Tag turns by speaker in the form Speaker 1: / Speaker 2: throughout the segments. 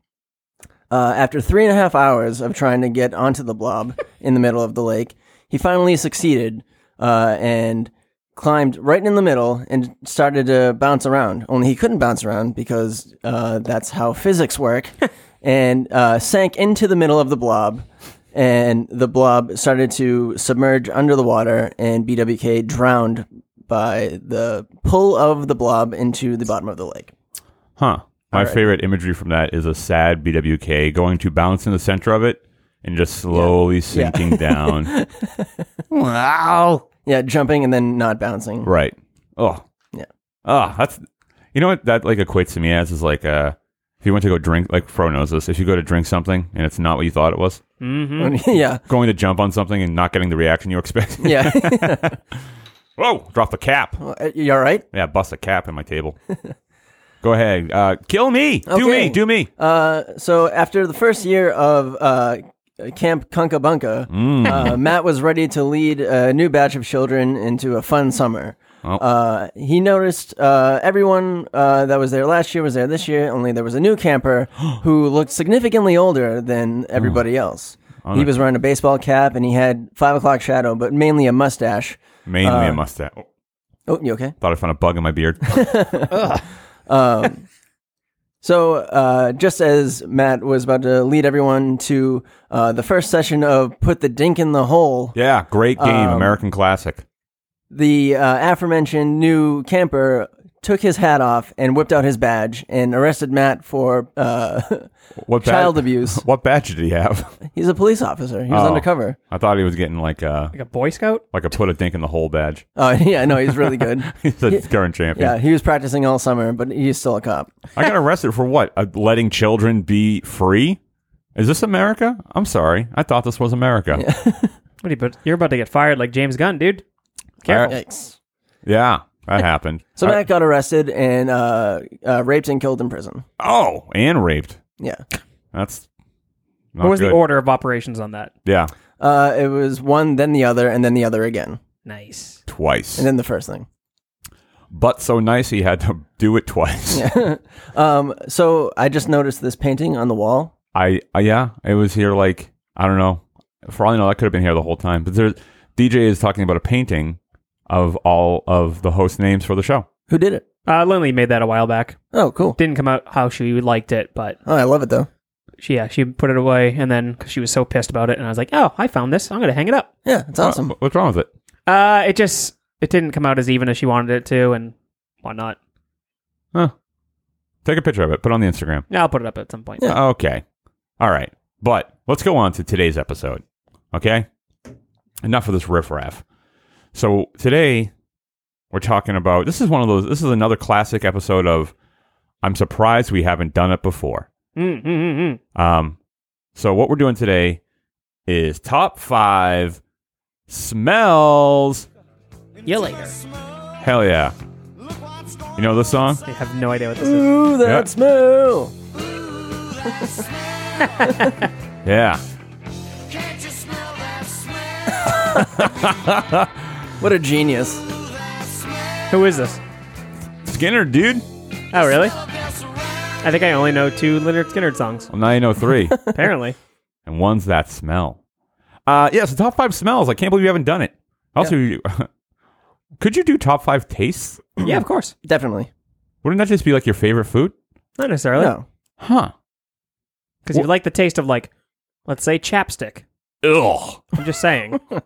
Speaker 1: Uh, after three and a half hours of trying to get onto the blob in the middle of the lake, he finally succeeded uh, and climbed right in the middle and started to bounce around. Only he couldn't bounce around because uh, that's how physics work, and uh, sank into the middle of the blob. And the blob started to submerge under the water, and BWK drowned by the pull of the blob into the bottom of the lake.
Speaker 2: Huh. My favorite imagery from that is a sad BWK going to bounce in the center of it and just slowly sinking down.
Speaker 1: Yeah, jumping and then not bouncing.
Speaker 2: Right. Oh.
Speaker 1: Yeah.
Speaker 2: Oh, that's you know what that like equates to me as is like uh if you went to go drink like Fro knows this, if you go to drink something and it's not what you thought it was,
Speaker 1: yeah,
Speaker 2: going to jump on something and not getting the reaction you expect.
Speaker 1: yeah.
Speaker 2: Whoa, drop the cap.
Speaker 1: you all right?
Speaker 2: Yeah, bust a cap in my table. go ahead. Uh kill me. Do
Speaker 1: Okay.
Speaker 2: me, do me.
Speaker 1: Uh, so after the first year of uh, Camp Kunkabunka, uh, Matt was ready to lead a new batch of children into a fun summer. Uh, he noticed uh, everyone uh, that was there last year was there this year, only there was a new camper who looked significantly older than everybody else. He was wearing a baseball cap and he had five o'clock shadow, but mainly a mustache.
Speaker 2: Mainly
Speaker 1: uh,
Speaker 2: a mustache. Oh,
Speaker 1: Oh, you okay?
Speaker 2: thought I found a bug in my beard.
Speaker 1: So, uh, just as Matt was about to lead everyone to uh, the first session of Put the Dink in the Hole,
Speaker 2: Yeah, great game,
Speaker 1: Um,
Speaker 2: American classic.
Speaker 1: the uh, aforementioned new camper took his hat off and whipped out his badge and arrested Matt for uh,
Speaker 2: What
Speaker 1: child
Speaker 2: badge-
Speaker 1: abuse.
Speaker 2: What badge did he have?
Speaker 1: He's a police officer, he was
Speaker 2: Oh.
Speaker 1: undercover.
Speaker 2: I thought he was getting like a
Speaker 3: Like a Boy Scout.
Speaker 2: like a put a dink in the hole badge.
Speaker 1: Oh, yeah, no, he's really good.
Speaker 2: He's the current champion.
Speaker 1: yeah, he was practicing all summer, but he's still a cop.
Speaker 2: I got arrested for what? Uh, letting children be free? Is this America? I'm sorry. I thought this was America. Yeah.
Speaker 3: What are you? But you're about to get fired, like James Gunn, dude. Careful.
Speaker 1: Yikes.
Speaker 2: that happened. Uh,
Speaker 1: So,
Speaker 2: I-
Speaker 1: Matt got arrested and uh, uh, raped and killed in prison.
Speaker 2: oh, and raped.
Speaker 1: Yeah.
Speaker 2: That's not
Speaker 3: What was
Speaker 2: good.
Speaker 3: the order of operations on that?
Speaker 2: Yeah,
Speaker 1: Uh, it was one, then the other, and then the other again,
Speaker 3: Nice.
Speaker 2: twice.
Speaker 1: and then the first thing.
Speaker 2: but so nice he had to do it twice.
Speaker 1: Um, so I just noticed this painting on the wall.
Speaker 2: I uh, yeah, it was here like I don't know. For all I know, that could have been here the whole time. But there, DJ is talking about a painting of all of the host names for the show.
Speaker 1: Who did it?
Speaker 3: Uh, Lindley made that a while back.
Speaker 1: Oh, cool.
Speaker 3: Didn't come out how she liked it, but
Speaker 1: Oh, I love it though.
Speaker 3: she yeah she put it away and then because she was so pissed about it and I was like oh I found this I'm gonna hang it up.
Speaker 1: Yeah, it's awesome.
Speaker 2: Uh, What's wrong with it?
Speaker 3: Uh, it just it didn't come out as even as she wanted it to and whatnot.
Speaker 2: Huh. Take a picture of it. Put it on the Instagram. Uh,
Speaker 3: Yeah, I'll put it up at some point.
Speaker 2: Okay. All right. But let's go on to today's episode. Okay. Enough of this riffraff. So today we're talking about this is one of those this is another classic episode of I'm surprised we haven't done it before.
Speaker 3: Mm, mm, mm, mm.
Speaker 2: Um so what we're doing today is top 5 smells.
Speaker 3: Yeah, later.
Speaker 2: Hell yeah. You know this song?
Speaker 3: I have no idea what this is.
Speaker 1: Ooh, that
Speaker 2: oh. Yeah.
Speaker 1: smell.
Speaker 2: Yeah.
Speaker 1: What a genius.
Speaker 3: Who is this?
Speaker 2: Skinner, dude.
Speaker 3: Oh, really? I think I only know two Leonard Skinner songs.
Speaker 2: Well, now you know 3.
Speaker 3: Apparently,
Speaker 2: and one's that smell. Uh, yeah, so top five smells. I can't believe you haven't done it. Also, you, could you do top five tastes?
Speaker 3: yeah, of course,
Speaker 1: Definitely.
Speaker 2: Wouldn't that just be like your favorite food?
Speaker 3: not necessarily,
Speaker 1: No.
Speaker 2: Huh.
Speaker 3: because you like the taste of like, let's say chapstick.
Speaker 2: Ugh.
Speaker 3: I'm just saying, Well,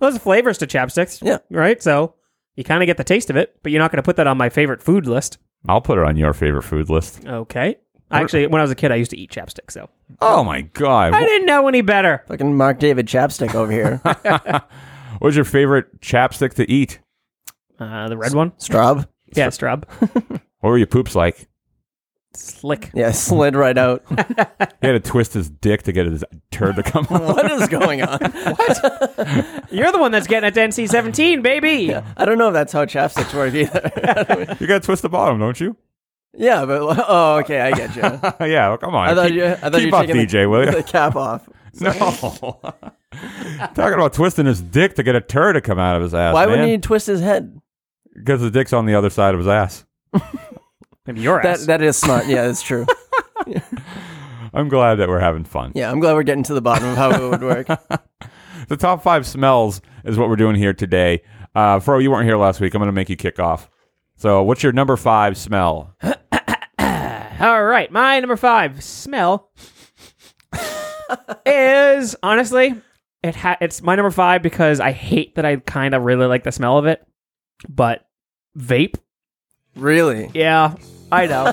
Speaker 3: there's flavors to chapsticks,
Speaker 1: Yeah.
Speaker 3: right? So you kind of get the taste of it, but you're not going to put that on my favorite food list.
Speaker 2: I'll put it on your favorite food list.
Speaker 3: Okay. Actually, when I was a kid, I used to eat chapstick, so
Speaker 2: Oh my god.
Speaker 3: I didn't know any better.
Speaker 1: Fucking Mark David Chapstick over here.
Speaker 2: What's your favorite chapstick to eat?
Speaker 3: Uh, the red one,
Speaker 1: Straub.
Speaker 3: yeah, strub,
Speaker 2: What were your poops like?
Speaker 3: slick.
Speaker 1: Yeah, slid right out.
Speaker 2: He had to twist his dick to get his turd to come out.
Speaker 1: what is going on?
Speaker 3: You're the one that's getting it to NC-17, baby.
Speaker 1: I don't know if that's how chapsticks work either.
Speaker 2: You gotta twist the bottom, don't you?
Speaker 1: yeah, but oh, okay, I get you.
Speaker 2: yeah, well, come on.
Speaker 1: I thought
Speaker 2: keep
Speaker 1: you. I thought
Speaker 2: keep
Speaker 1: you were
Speaker 2: up,
Speaker 1: taking the-
Speaker 2: DJ, will
Speaker 1: the
Speaker 2: you?
Speaker 1: cap off.
Speaker 2: No. Talking about twisting his dick to get a turd to come out of his ass.
Speaker 1: Why
Speaker 2: man.
Speaker 1: wouldn't he twist his head?
Speaker 2: Because the dick's on the other side of his ass.
Speaker 3: Maybe your
Speaker 1: That
Speaker 3: ass.
Speaker 1: that is smart. Yeah, that's true.
Speaker 2: I'm glad that we're having fun.
Speaker 1: Yeah, I'm glad we're getting to the bottom of how it would work.
Speaker 2: The top five smells is what we're doing here today. Uh, Fro, you weren't here last week. I'm going to make you kick off. So, what's your number five smell?
Speaker 3: All right, my number five smell is honestly it ha- it's my number five because I hate that I kind of really like the smell of it, but vape.
Speaker 1: Really?
Speaker 3: Yeah, I know.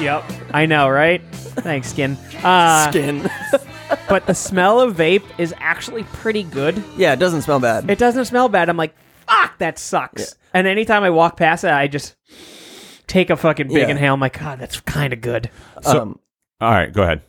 Speaker 3: yep, I know, right? Thanks, skin. Uh,
Speaker 1: Skin.
Speaker 3: but the smell of vape is actually pretty good.
Speaker 1: yeah, it doesn't smell bad.
Speaker 3: It doesn't smell bad. I'm like, fuck, that sucks. And anytime I walk past it, I just take a fucking big
Speaker 1: Yeah.
Speaker 3: inhale. I'm like, God, that's kind of good.
Speaker 1: um,
Speaker 2: All right, go ahead.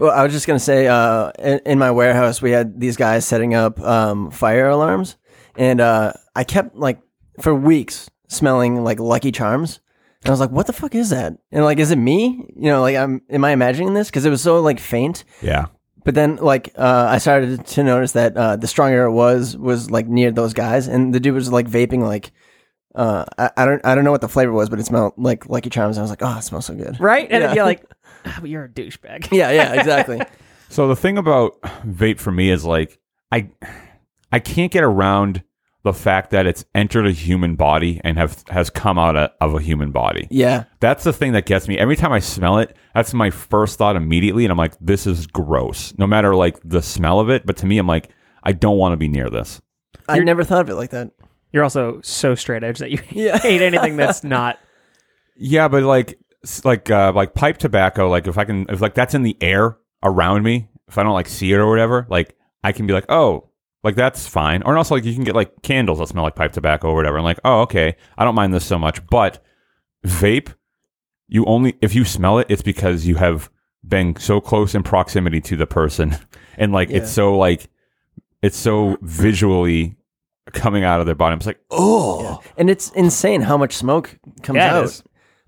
Speaker 1: well, I was just gonna say, uh, in, in my warehouse, we had these guys setting up um, fire alarms, and uh, I kept like for weeks smelling like Lucky Charms. And I was like, "What the fuck is that?" And like, is it me? You know, like, I'm am I imagining this? Because it was so like faint.
Speaker 2: Yeah.
Speaker 1: But then, like, uh, I started to notice that uh, the stronger it was was like near those guys, and the dude was like vaping. Like, uh, I, I don't, I don't know what the flavor was, but it smelled like Lucky Charms. I was like, oh, it smells so good.
Speaker 3: right? And
Speaker 1: Yeah.
Speaker 3: then you're like, "Ah, but you're a douchebag.
Speaker 1: Yeah, yeah, exactly.
Speaker 2: So, the thing about vape for me is like, I, I can't get around the fact that it's entered a human body and have has come out of- of a human body.
Speaker 1: yeah,
Speaker 2: That's the thing that gets me. Every time I smell it, that's my first thought immediately, and I'm like, "This is gross." No matter like the smell of it, but to me, I'm like, I don't want to be near this.
Speaker 1: I never thought of it like that.
Speaker 3: You're also so straight edge that you hate anything that's not.
Speaker 2: Yeah, but like, s- like, uh, like pipe tobacco. Like, if I can, if like that's in the air around me, if I don't like see it or whatever, like I can be like, "Oh, like that's fine." Or also, like you can get like candles that smell like pipe tobacco or whatever, and like, "Oh, okay, I don't mind this so much." But vape, you only if you smell it, it's because you have been so close in proximity to the person, and like it's so like it's so visually coming out of their body. I'm just like, oh,
Speaker 1: And it's insane how much smoke comes
Speaker 3: Yeah, it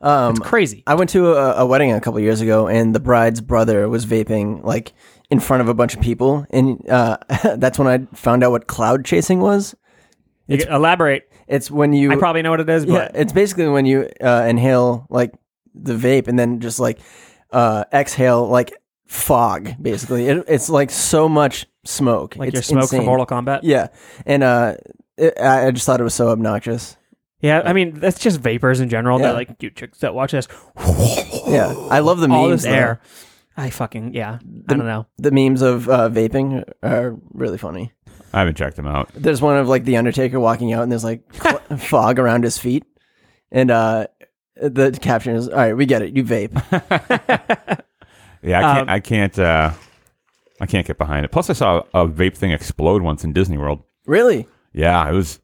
Speaker 1: out. Um,
Speaker 3: is. It's crazy.
Speaker 1: I went to a, a wedding a couple years ago, and the bride's brother was vaping like in front of a bunch of people, and uh, that's when I found out what cloud chasing was.
Speaker 3: You can elaborate.
Speaker 1: It's when you
Speaker 3: I probably know what it is,
Speaker 1: Yeah,
Speaker 3: but
Speaker 1: it's basically when you uh, inhale like the vape and then just like uh, exhale like fog. Basically, it, it's like so much smoke.
Speaker 3: like
Speaker 1: it's
Speaker 3: your smoke
Speaker 1: insane.
Speaker 3: from Mortal Kombat.
Speaker 1: Yeah, and uh, it, I I just thought it was so obnoxious.
Speaker 3: Yeah, I mean that's just vapors in general.
Speaker 1: Yeah.
Speaker 3: They're like, dude, chicks that watch this,
Speaker 1: Yeah, I love the
Speaker 3: all
Speaker 1: memes.
Speaker 3: this air. I fucking yeah. I don't know.
Speaker 1: The memes of uh, vaping are really funny.
Speaker 2: I haven't checked them out.
Speaker 1: There's one of like the Undertaker walking out, and there's like cl- fog around his feet, and uh, the caption is, "All right, we get it. You vape."
Speaker 2: Yeah, I can't.
Speaker 1: Um,
Speaker 2: I can't. Uh, I can't get behind it. Plus, I saw a vape thing explode once in Disney World.
Speaker 1: really?
Speaker 2: Yeah, it was.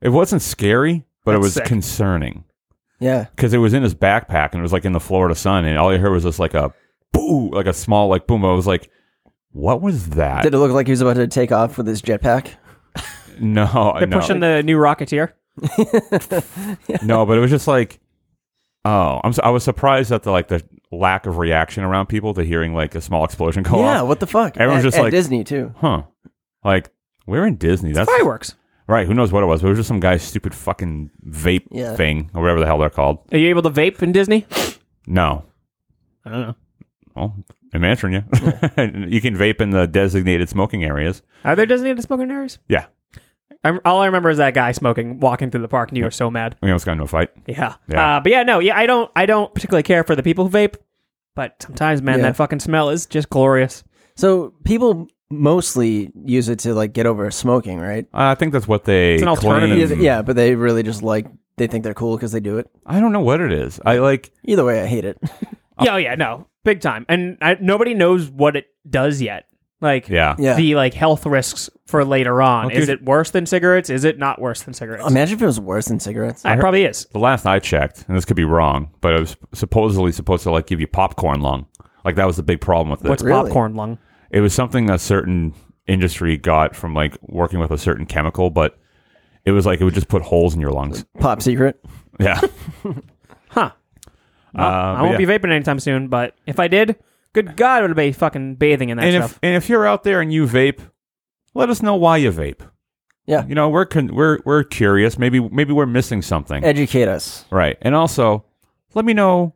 Speaker 2: It wasn't scary, but it was concerning
Speaker 1: Yeah.
Speaker 2: because it was in his backpack and it was like in the Florida sun, and all you heard was just like a boo, like a small like boom. I was like, what was that?
Speaker 1: Did it look like he was about to take off with his jetpack?
Speaker 2: no,
Speaker 3: They're
Speaker 2: no,
Speaker 3: pushing the new Rocketeer.
Speaker 2: no, but it was just like, oh, I'm. So, I was surprised at the like the lack of reaction around people to hearing like a small explosion go
Speaker 1: yeah.
Speaker 2: off.
Speaker 1: What the fuck?
Speaker 2: Everyone's
Speaker 1: At-
Speaker 2: just
Speaker 1: at
Speaker 2: like-
Speaker 1: Disney too.
Speaker 2: Huh? Like we're in Disney. That's
Speaker 3: Fireworks.
Speaker 2: Right, who knows what it was? But it was just some guy's stupid fucking vape
Speaker 1: Yeah.
Speaker 2: thing or whatever the hell they're called.
Speaker 3: Are you able to vape in Disney?
Speaker 2: No.
Speaker 3: I don't know.
Speaker 2: Well, I'm answering you. you can vape in the designated smoking areas.
Speaker 3: Are there Disney smoking areas?
Speaker 2: Yeah.
Speaker 3: I'm, all I remember is that guy smoking, walking through the park, and you were so mad.
Speaker 2: We almost got into a fight.
Speaker 3: Yeah.
Speaker 2: Yeah.
Speaker 3: Uh, but yeah, no, yeah, I don't, I don't particularly care for the people who vape, but sometimes, man,
Speaker 1: Yeah.
Speaker 3: that fucking smell is just glorious.
Speaker 1: So people mostly use it to like get over smoking, right?
Speaker 2: I think that's what they
Speaker 3: It's an alternative.
Speaker 2: claim.
Speaker 1: Yeah, but they really just like they think they're cool because they do it.
Speaker 2: I don't know what it is. I like
Speaker 1: Either way, I hate it.
Speaker 2: Uh,
Speaker 3: yeah, oh, yeah, no, big time, and I, nobody knows what it does yet. Like,
Speaker 2: yeah.
Speaker 1: Yeah.
Speaker 3: the like health risks for later on.
Speaker 2: Okay.
Speaker 3: Is it worse than cigarettes? Is it not worse than cigarettes?
Speaker 1: Imagine if it was worse than cigarettes.
Speaker 3: it probably is.
Speaker 2: The last I checked, and this could be wrong, but it was supposedly supposed to like give you popcorn lung. Like that was the big problem with it.
Speaker 3: What's
Speaker 1: Really?
Speaker 3: popcorn lung?
Speaker 2: it was something a certain industry got from like working with a certain chemical, but it was like it would just put holes in your lungs.
Speaker 1: Pop secret.
Speaker 2: Yeah.
Speaker 3: Huh. Well,
Speaker 2: Uh,
Speaker 3: I
Speaker 2: but
Speaker 3: won't
Speaker 2: yeah.
Speaker 3: be vaping anytime soon, but if I did, good God, would I be fucking bathing in that
Speaker 2: and
Speaker 3: stuff.
Speaker 2: if and if you're out there and you vape, let us know why you vape.
Speaker 1: Yeah.
Speaker 2: you know we're con- we're we're curious. Maybe maybe we're missing something,
Speaker 1: Educate us.
Speaker 2: right? And also, let me know.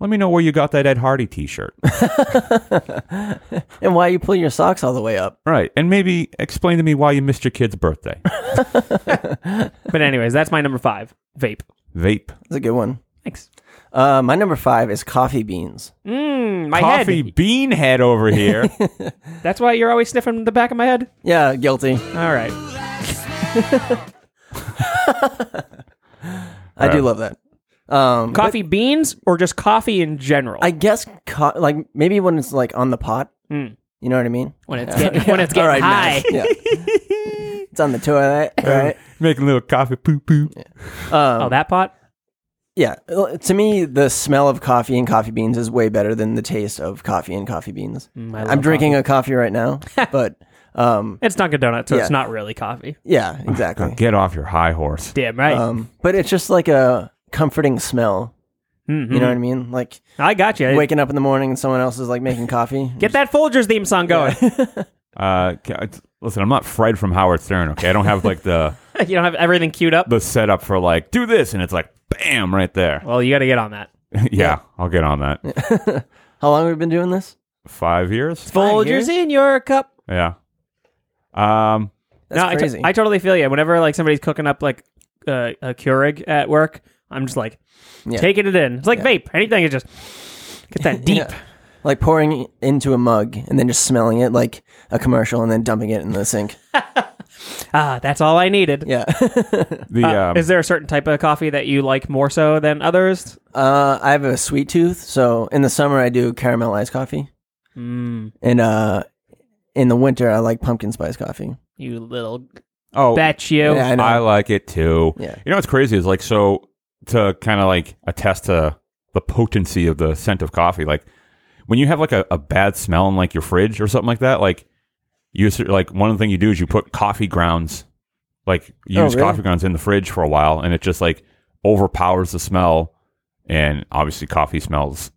Speaker 2: Let me know where you got that Ed Hardy T-shirt,
Speaker 1: And why you pull your socks all the way up.
Speaker 2: right? And maybe explain to me why you missed your kid's birthday.
Speaker 3: but anyways, that's my number five. Vape.
Speaker 2: Vape,
Speaker 1: That's a good one.
Speaker 3: Thanks.
Speaker 1: Uh, my number five is coffee beans.
Speaker 3: Mm, my
Speaker 2: coffee bean head over here.
Speaker 3: head. That's why you're always sniffing the back of my head.
Speaker 1: Yeah, guilty.
Speaker 3: All right.
Speaker 1: I
Speaker 2: Yeah.
Speaker 1: do love that. Um,
Speaker 3: Coffee beans or just coffee in general?
Speaker 1: I guess co- like maybe when it's like on the pot.
Speaker 3: Mm.
Speaker 1: You know what I mean?
Speaker 3: when it's getting when it's
Speaker 1: All
Speaker 3: getting
Speaker 1: right,
Speaker 3: high.
Speaker 1: Matt. Yeah. it's on the toilet, right?
Speaker 2: Making little coffee poo poo.
Speaker 1: Um,
Speaker 3: Oh, that pot.
Speaker 1: Yeah. Well, To me, the smell of coffee and coffee beans is way better than the taste of coffee and coffee beans.
Speaker 3: Mm, I love
Speaker 1: I'm drinking a coffee right now, but um,
Speaker 3: It's Dunkin' Donut, so
Speaker 1: Yeah.
Speaker 3: it's not really coffee.
Speaker 1: yeah, exactly.
Speaker 2: Get off your high horse.
Speaker 3: Damn right.
Speaker 1: Um, but it's just like a comforting smell.
Speaker 3: Mhm.
Speaker 1: You know what I mean? Like
Speaker 3: I got you.
Speaker 1: waking up in the morning and someone else is like making coffee.
Speaker 3: Get that Folgers theme song going.
Speaker 2: Uh, ca- it's- listen, I'm not Fred from Howard Stern. Okay, I don't have like the
Speaker 3: you don't have everything queued up.
Speaker 2: the setup for like do this, and it's like bam right there.
Speaker 3: Well, you got to get on that.
Speaker 2: yeah, I'll get on that.
Speaker 1: How long have we been doing this?
Speaker 2: Five years.
Speaker 3: Folgers
Speaker 1: years?
Speaker 3: in your cup.
Speaker 2: Yeah. Um.
Speaker 1: That's
Speaker 3: I t-
Speaker 1: crazy.
Speaker 3: I totally feel you. Whenever like somebody's cooking up like uh, a Keurig at work, I'm just like
Speaker 1: Yeah.
Speaker 3: taking it in. It's like vape. Anything is just get that deep.
Speaker 1: Yeah. Like pouring into a mug and then just smelling it like a commercial and then dumping it in the sink.
Speaker 3: Ah, that's all I needed.
Speaker 1: Yeah.
Speaker 2: The
Speaker 3: Uh,
Speaker 2: um,
Speaker 3: is there a certain type of coffee that you like more so than others?
Speaker 1: Uh, I have a sweet tooth, so in the summer I do caramel iced coffee,
Speaker 3: Mm,
Speaker 1: and uh, in the winter I like pumpkin spice coffee.
Speaker 3: you little
Speaker 2: oh,
Speaker 3: bet you.
Speaker 1: Yeah, I know.
Speaker 2: I like it too.
Speaker 1: Yeah.
Speaker 2: You know what's crazy is like so to kind of like attest to the potency of the scent of coffee. Like when you have like a, a bad smell in like your fridge or something like that. Like you s- like one of the things you do is you put coffee grounds, like you
Speaker 1: Oh,
Speaker 2: use
Speaker 1: really?
Speaker 2: coffee grounds in the fridge for a while, and it just like overpowers the smell. And obviously, coffee smells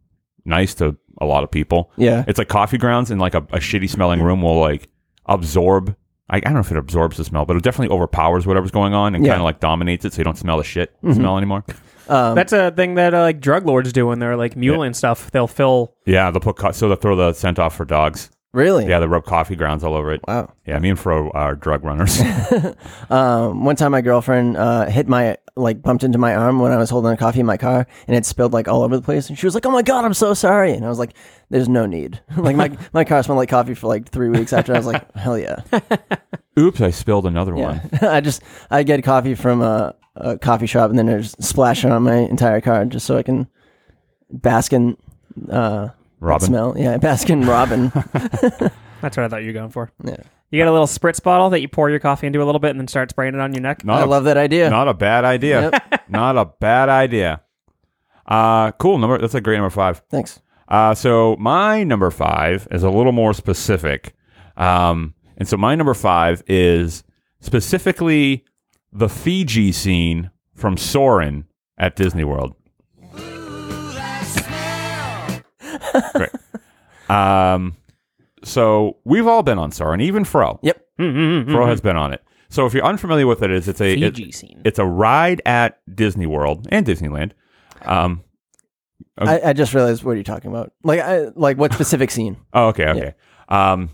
Speaker 2: nice to a lot of people.
Speaker 1: Yeah.
Speaker 2: It's like coffee grounds in like a, a shitty smelling room will like absorb. I, I don't know if it absorbs the smell, but it definitely overpowers whatever's going on and
Speaker 1: Yeah. Mm-hmm.
Speaker 2: kind of like dominates it, so you don't smell the shit smell anymore.
Speaker 1: Um,
Speaker 3: That's a thing that uh, like drug lords do when they're like mule and stuff. They'll fill.
Speaker 2: Yeah, they'll put co- so they throw the scent off for dogs.
Speaker 1: really.
Speaker 2: Yeah, they rub coffee grounds all over it.
Speaker 1: Wow.
Speaker 2: Yeah, me and Fro are drug runners.
Speaker 1: Um, one time my girlfriend uh, hit my like bumped into my arm when I was holding a coffee in my car, and it spilled like all over the place. And she was like, "Oh my god, I'm so sorry." And I was like, "There's no need." like my my car smelled like coffee for like three weeks after. I was like, "Hell yeah."
Speaker 2: Oops, I spilled another one.
Speaker 1: I just I get coffee from a, a coffee shop and then I just splash it on my entire car just so I can bask in uh, that
Speaker 2: Robin.
Speaker 1: smell. Yeah, bask in Robin.
Speaker 3: That's what I thought you were going for.
Speaker 1: Yeah.
Speaker 3: You got a little spritz bottle that you pour your coffee into a little bit and then start spraying it on your neck.
Speaker 2: Not
Speaker 1: I
Speaker 2: a-
Speaker 1: love that idea.
Speaker 2: Not a bad idea. Not a bad idea. Uh, cool number. That's a great number five.
Speaker 1: Thanks.
Speaker 2: Uh, so my number five is a little more specific. Um, and so my number five is specifically the Fiji scene from Soren at Disney World. Great. Um, so we've all been on Soren, even Fro.
Speaker 1: Yep.
Speaker 3: Mm,
Speaker 2: Fro has been on it. So if you're unfamiliar with it, is it's a it-
Speaker 3: Fiji scene.
Speaker 2: it's a ride at Disney World and Disneyland. Um, Okay.
Speaker 1: I, I just realized what you're talking about. Like I like what specific scene?
Speaker 2: Oh, okay, okay. Um,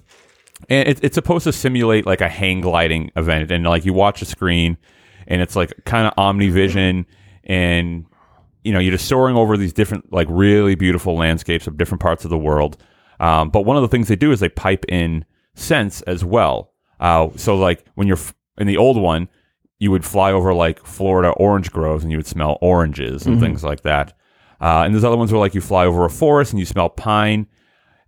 Speaker 2: and it, it's supposed to simulate like a hang gliding event, and like you watch a screen, and it's like kind of omnivision, and you know you're just soaring over these different like really beautiful landscapes of different parts of the world. Um, but one of the things they do is they pipe in scents as well. Uh, so like when you're f- in the old one, you would fly over like Florida orange groves and you would smell oranges and things like that. Uh, and there's other ones where like you fly over a forest and you smell pine.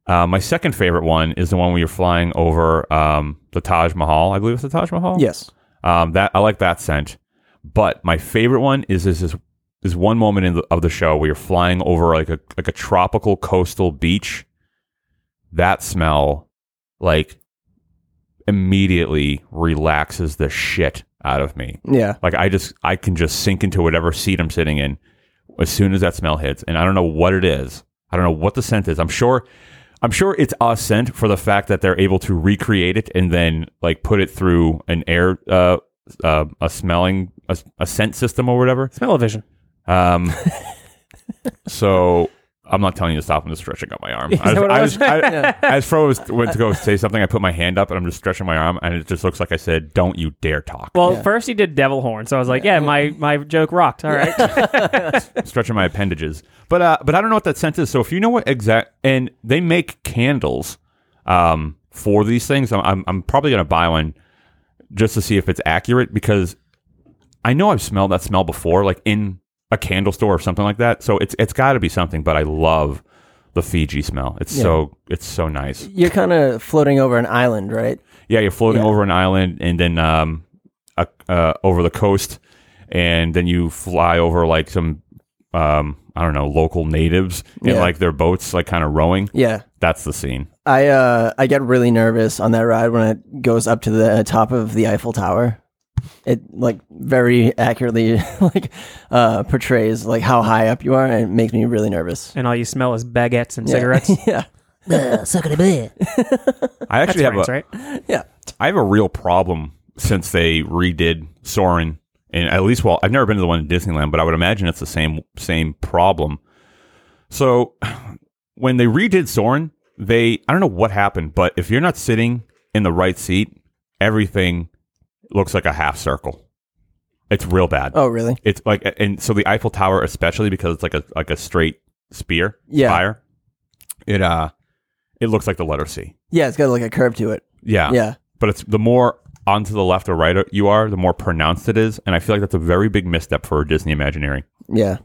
Speaker 2: Uh, my second favorite one is the one where you're flying over um, the Taj Mahal. I believe it's the Taj Mahal.
Speaker 1: Yes.
Speaker 2: Um, that I like that scent. But my favorite one is this is this one moment in the, of the show where you're flying over like a like a tropical coastal beach. That smell, like, immediately relaxes the shit out of me.
Speaker 1: Yeah.
Speaker 2: Like I just I can just sink into whatever seat I'm sitting in as soon as that smell hits, and I don't know what it is. I don't know what the scent is. I'm sure. I'm sure it's a scent for the fact that they're able to recreate it and then like put it through an air uh, uh a smelling a, a scent system or whatever.
Speaker 3: Smell-o-vision.
Speaker 2: Um, so I'm not telling you to stop. I'm just stretching out my arm. I,
Speaker 3: that what it
Speaker 2: was, I, As Fro was, went to go say something, I put my hand up and I'm just stretching my arm, and it just looks like I said, "Don't you dare talk."
Speaker 3: Well, first he did devil horn, so I was like, yeah, my, my joke rocked. All right.
Speaker 2: stretching my appendages. But uh, but I don't know what that scent is. So if you know what exact, and they make candles um, for these things, I'm, I'm I'm probably gonna buy one just to see if it's accurate because I know I've smelled that smell before, like in a candle store or something like that. So it's it's got to be something. But I love the Fiji smell. It's so it's so nice.
Speaker 1: You're kind of floating over an island, right?
Speaker 2: Yeah, you're floating
Speaker 1: Yeah.
Speaker 2: over an island and then um, uh, uh, over the coast, and then you fly over like some um, I don't know local natives in
Speaker 1: Yeah.
Speaker 2: like their boats, like kind of rowing.
Speaker 1: Yeah.
Speaker 2: That's the scene.
Speaker 1: I uh I get really nervous on that ride when it goes up to the top of the Eiffel Tower. It like very accurately like uh portrays like how high up you are and it makes me really nervous.
Speaker 3: and all you smell is baguettes and
Speaker 1: Yeah.
Speaker 3: cigarettes.
Speaker 1: yeah.
Speaker 4: Ugh, suck it a bit.
Speaker 2: I actually have
Speaker 3: France,
Speaker 2: a I
Speaker 3: right?
Speaker 1: Yeah.
Speaker 2: have a real problem since they redid Soren, and at least well, I've never been to the one in Disneyland, but I would imagine it's the same same problem. So when they redid Soren, they I don't know what happened, but if you're not sitting in the right seat, everything looks like a half circle. It's real bad.
Speaker 1: Oh, really?
Speaker 2: It's like and so the Eiffel Tower especially because it's like a like a straight spear
Speaker 1: Yeah.
Speaker 2: spire. It uh it looks like the letter C.
Speaker 1: Yeah, it's got like a curve to it.
Speaker 2: Yeah.
Speaker 1: Yeah.
Speaker 2: But it's the more onto the left or right you are, the more pronounced it is, and I feel like that's a very big misstep for Disney Imagineering.
Speaker 1: Yeah.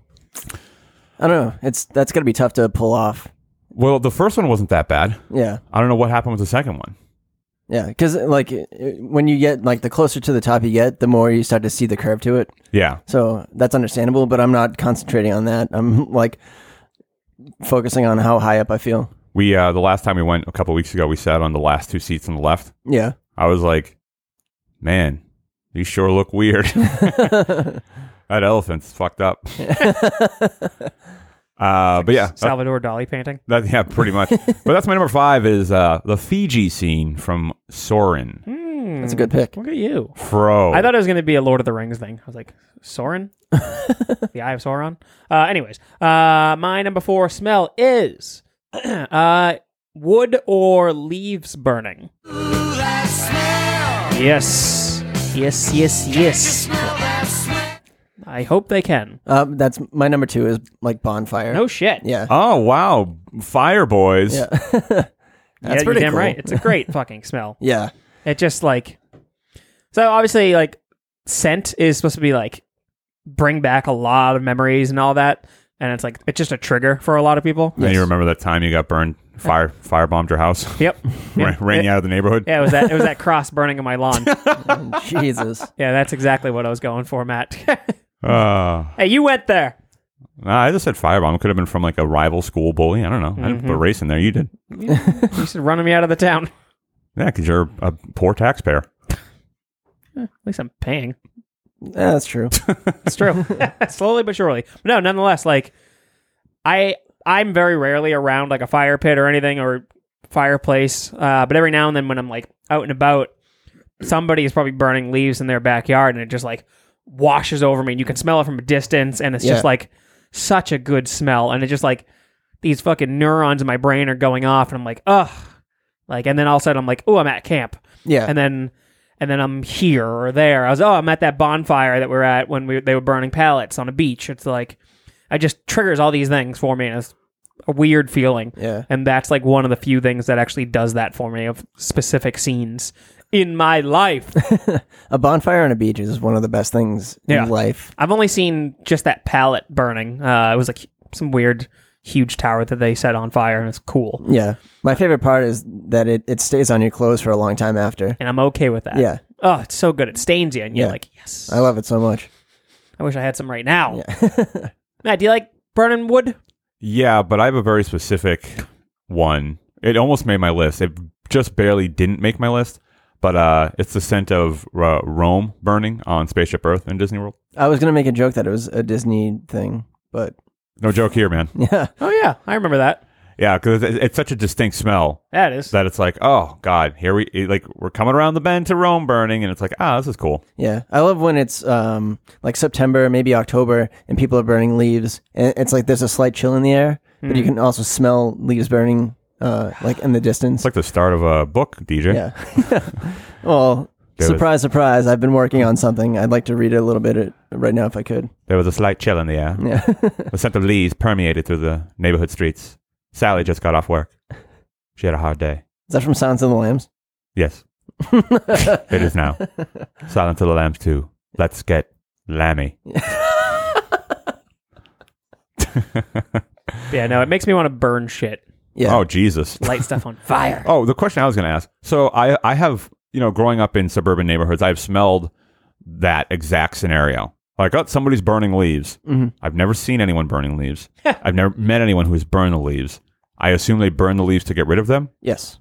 Speaker 1: I don't know. It's that's going to be tough to pull off.
Speaker 2: Well, the first one wasn't that bad.
Speaker 1: Yeah.
Speaker 2: I don't know what happened with the second one.
Speaker 1: Yeah, cuz like it- it- when you get like the closer to the top you get, the more you start to see the curve to it.
Speaker 2: Yeah.
Speaker 1: So that's understandable, but I'm not concentrating on that. I'm like focusing on how high up I feel.
Speaker 2: We uh the last time we went a couple weeks ago, we sat on the last two seats on the left.
Speaker 1: Yeah.
Speaker 2: I was like, Man, you sure look weird. that elephant's fucked up. uh but yeah.
Speaker 3: Salvador Dali painting.
Speaker 2: That, yeah, pretty much. but that's my number five is uh, the Fiji scene from Soren.
Speaker 1: That's a good pick.
Speaker 3: Look at you.
Speaker 2: Fro.
Speaker 3: I thought it was going to be a Lord of the Rings thing. I was like, Sauron? the Eye of Sauron? Uh, anyways, uh, my number four smell is uh, wood or leaves burning. Yes. Yes, yes, yes. I hope they can.
Speaker 1: Uh, that's my number two is like bonfire.
Speaker 3: No shit.
Speaker 1: Yeah.
Speaker 2: Oh wow, Fire Boys.
Speaker 1: Yeah. that's
Speaker 3: Yeah, you're damn right. It's a great fucking smell.
Speaker 1: yeah.
Speaker 3: It just like so obviously like scent is supposed to be like bring back a lot of memories and all that, and it's like it's just a trigger for a lot of people.
Speaker 2: And you remember that time you got burned, fire firebombed your house,
Speaker 3: Yep.
Speaker 2: ran, ran you out of the neighborhood.
Speaker 3: Yeah, it was that it was that cross burning on my lawn.
Speaker 1: Jesus.
Speaker 3: yeah, that's exactly what I was going for, Matt.
Speaker 2: Uh,
Speaker 3: hey, you went there.
Speaker 2: nah, I just said firebomb. It could have been from like a rival school bully. I don't know. I didn't put race in there. You did.
Speaker 3: You should run me out of the town.
Speaker 2: Yeah, because you're a poor taxpayer.
Speaker 3: At least I'm paying.
Speaker 1: Yeah, that's true.
Speaker 3: It's true. Slowly but surely. But no, nonetheless, like I I'm very rarely around like a fire pit or anything or fireplace. Uh, but every now and then when I'm like out and about, somebody is probably burning leaves in their backyard and it just like washes over me and you can smell it from a distance and it's just
Speaker 1: Yeah.
Speaker 3: like such a good smell and it just like these fucking neurons in my brain are going off and I'm like, ugh. Like and then all of a sudden I'm like, oh I'm at camp
Speaker 1: Yeah.
Speaker 3: and then and then I'm here or there. I was oh, I'm at that bonfire that we're at when we they were burning pallets on a beach. It's like I just triggers all these things for me. And it's a weird feeling,
Speaker 1: yeah.
Speaker 3: and that's like one of the few things that actually does that for me of specific scenes in my life.
Speaker 1: A bonfire on a beach is one of the best things
Speaker 3: Yeah.
Speaker 1: in life.
Speaker 3: I've only seen just that pallet burning. Uh, it was like some weird huge tower that they set on fire, and it's cool.
Speaker 1: Yeah. My favorite part is that it, it stays on your clothes for a long time after.
Speaker 3: And I'm okay with that.
Speaker 1: Yeah.
Speaker 3: Oh, it's so good. It stains you, and you're
Speaker 1: Yeah.
Speaker 3: like, yes.
Speaker 1: I love it so much.
Speaker 3: I wish I had some right now. Matt, do you like burning wood?
Speaker 2: Yeah, but I have a very specific one. It almost made my list. It just barely didn't make my list. But uh, it's the scent of uh, Rome burning on Spaceship Earth in Disney World.
Speaker 1: I was gonna make a joke that it was a Disney thing, but
Speaker 2: No joke here, man.
Speaker 1: yeah.
Speaker 3: Oh yeah, I remember that.
Speaker 2: Yeah, because it's, it's such a distinct smell
Speaker 3: That is.
Speaker 2: that it's like, oh god, here we it- like we're coming around the bend to Rome burning, and it's like, ah, this is cool.
Speaker 1: Yeah, I love when it's um, like September, maybe October, and people are burning leaves, and it's like there's a slight chill in the air, but
Speaker 2: Hmm.
Speaker 1: you can also smell leaves burning, uh, like in the distance.
Speaker 2: It's like the start of a book, DJ.
Speaker 1: yeah. well,
Speaker 2: There was-
Speaker 1: surprise, surprise! I've been working on something. I'd like to read it a little bit uh, right now if I could.
Speaker 2: There was a slight chill in the air.
Speaker 1: Yeah.
Speaker 2: The scent of leaves permeated through the neighborhood streets. Sally just got off work. She had a hard day.
Speaker 1: Is that from Silence of the Lambs?
Speaker 2: Yes. it is now. Silence of the Lambs 2. Let's get Lammy.
Speaker 3: yeah, no, it makes me want to burn shit,
Speaker 1: Yeah.
Speaker 2: Oh, Jesus.
Speaker 3: light stuff on fire.
Speaker 2: Oh, the question I was going to ask. So I, I have, you know, growing up in suburban neighborhoods, I've smelled that exact scenario. Like, oh, somebody's burning leaves.
Speaker 1: Mm-hmm.
Speaker 2: I've never seen anyone burning leaves. I've never met anyone who's burned the leaves. I assume they burn the leaves to get rid of them,
Speaker 1: Yes.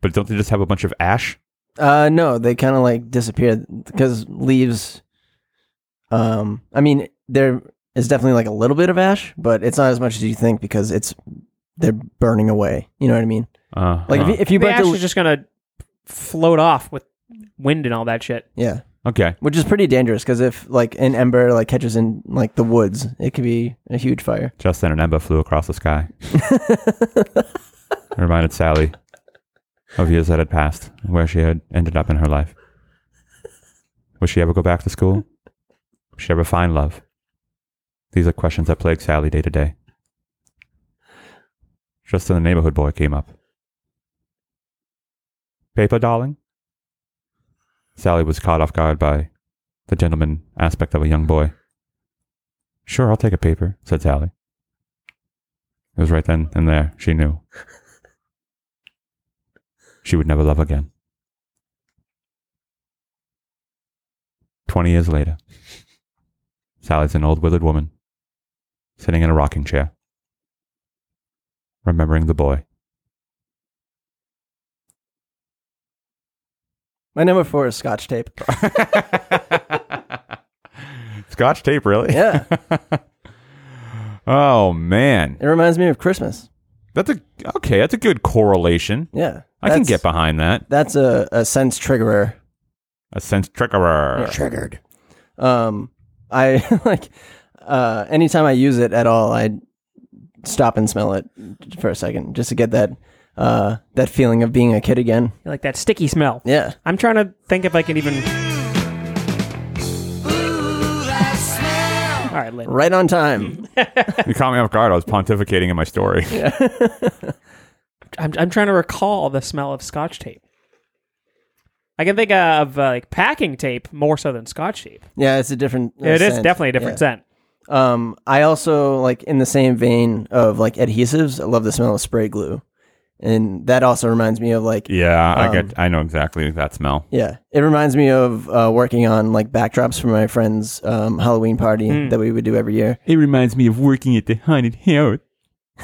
Speaker 2: but don't they just have a bunch of ash?
Speaker 1: Uh, no, they kind of like disappear because leaves. Um, I mean, there is definitely like a little bit of ash, but it's not as much as you think because it's they're burning away. You know what I mean?
Speaker 2: Uh,
Speaker 1: Like if you, if you
Speaker 3: the
Speaker 1: burnt
Speaker 3: ash
Speaker 1: the,
Speaker 3: is just gonna float off with wind and all that shit.
Speaker 1: yeah,
Speaker 2: okay.
Speaker 1: which is pretty dangerous because if like an ember like catches in like the woods, it could be a huge fire.
Speaker 2: Just then, an ember flew across the sky. It reminded Sally of years that had passed, and where she had ended up in her life. Would she ever go back to school? Would she ever find love? These are questions that plague Sally day to day. Just then, the neighborhood boy came up. Paper, darling? Sally was caught off guard by the gentleman aspect of a young boy. Sure, I'll take a paper, said Sally. It was right then and there she knew. She would never love again. Twenty years later, Sally's an old withered woman, sitting in a rocking chair, remembering the boy.
Speaker 1: My number four is Scotch tape.
Speaker 2: Scotch tape, really?
Speaker 1: Yeah,
Speaker 2: Oh man,
Speaker 1: it reminds me of Christmas.
Speaker 2: that's a okay. That's a good correlation.
Speaker 1: Yeah,
Speaker 2: I can
Speaker 1: That's-
Speaker 2: get behind that.
Speaker 1: That's a, a sense triggerer.
Speaker 2: A sense trickerer.
Speaker 4: Triggered.
Speaker 1: um i like uh anytime i use it at all i stop and smell it for a second just to get that uh that feeling of being a kid again
Speaker 3: Like that sticky smell.
Speaker 1: yeah
Speaker 3: I'm trying to think if I can even.
Speaker 5: Ooh, that smell.
Speaker 3: All right, Lynn.
Speaker 1: Right on time.
Speaker 2: You caught me off guard. I was pontificating in my story.
Speaker 3: I'm, I'm trying to recall the smell of scotch tape. I can think of uh, like packing tape more so than scotch tape.
Speaker 1: yeah, it's a different. uh,
Speaker 3: It is
Speaker 1: scent.
Speaker 3: definitely a different
Speaker 1: Yeah.
Speaker 3: scent.
Speaker 1: Um, I also like in the same vein of like adhesives. I love the smell of spray glue, and that also reminds me of like yeah,
Speaker 2: Yeah, I
Speaker 1: Um,
Speaker 2: get. I know exactly that smell.
Speaker 1: it reminds me of uh, working on like backdrops for my friend's um, Halloween party
Speaker 3: Hmm.
Speaker 1: that we would do every year.
Speaker 2: It reminds me of working at the haunted house.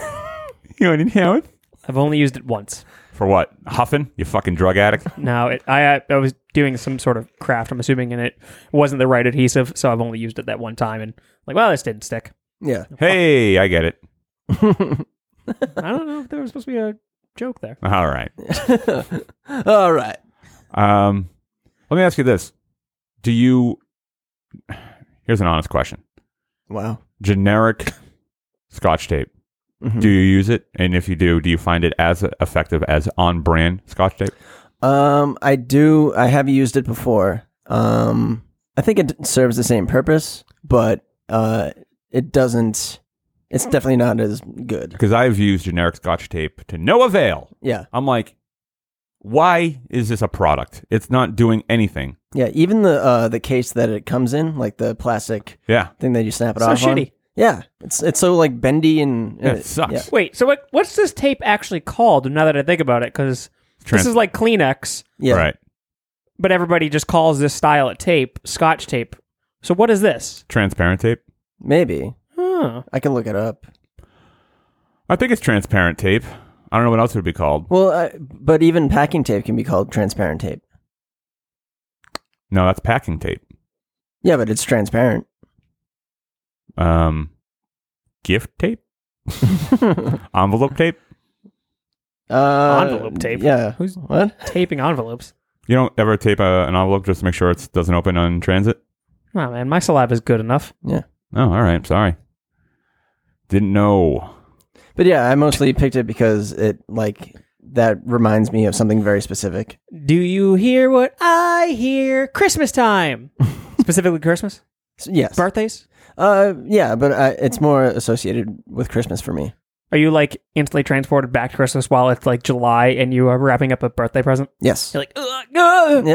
Speaker 2: haunted house.
Speaker 3: I've only used it once.
Speaker 2: For what? Huffing? You fucking drug addict.
Speaker 3: No, it, I I was doing some sort of craft. I'm assuming, and it wasn't the right adhesive, so I've only used it that one time. And like, well, this didn't stick.
Speaker 1: Yeah,
Speaker 2: Hey, I get it.
Speaker 3: I don't know if there was supposed to be a joke there.
Speaker 2: All right.
Speaker 1: all right.
Speaker 2: Um, let me ask you this: Do you? Here's an honest question.
Speaker 1: Wow.
Speaker 2: Generic Scotch tape. Do you use it? And if you do, do you find it as effective as on-brand Scotch tape?
Speaker 1: Um, I do. I have used it before. Um, I think it serves the same purpose, but uh, it doesn't. It's definitely not as good.
Speaker 2: Because I've used generic Scotch tape to no avail.
Speaker 1: Yeah,
Speaker 2: I'm like, why is this a product? It's not doing anything.
Speaker 1: yeah. Even the uh, the case that it comes in, like the plastic
Speaker 2: Yeah,
Speaker 1: thing that you snap it
Speaker 3: So
Speaker 1: off on.
Speaker 3: shitty.
Speaker 1: Yeah, it's it's so like bendy and uh,
Speaker 2: Yeah, it sucks.
Speaker 1: yeah.
Speaker 3: Wait, so what? What's this tape actually called? Now that I think about it, because
Speaker 2: Trans-
Speaker 3: this is like Kleenex,
Speaker 1: Yeah.
Speaker 2: right.
Speaker 3: but everybody just calls this style of tape Scotch tape. So what is this?
Speaker 2: Transparent tape.
Speaker 1: Maybe
Speaker 3: Huh.
Speaker 1: I can look it up.
Speaker 2: I think it's transparent tape. I don't know what else it would be called.
Speaker 1: Well, uh, but even packing tape can be called transparent tape.
Speaker 2: No, that's packing tape.
Speaker 1: Yeah, but it's transparent.
Speaker 2: Um, gift tape. Envelope tape.
Speaker 1: Uh,
Speaker 3: Envelope tape?
Speaker 1: Yeah.
Speaker 3: Who's-
Speaker 1: what?
Speaker 3: Taping envelopes.
Speaker 2: You don't ever tape a, an envelope just to make sure it doesn't open on transit?
Speaker 3: Oh man, my saliva is good enough.
Speaker 2: Oh, all right. Sorry. Didn't know.
Speaker 1: But yeah, I mostly picked it because it like that reminds me of something very specific.
Speaker 3: Do you hear what I hear? Christmas time, specifically Christmas,
Speaker 1: So, yes.
Speaker 3: birthdays.
Speaker 1: uh, yeah, but I, it's more associated with Christmas for me.
Speaker 3: Are you like instantly transported back to Christmas while it's like July and you are wrapping up a birthday present?
Speaker 1: Yes.
Speaker 3: You're like, "Ugh, ugh,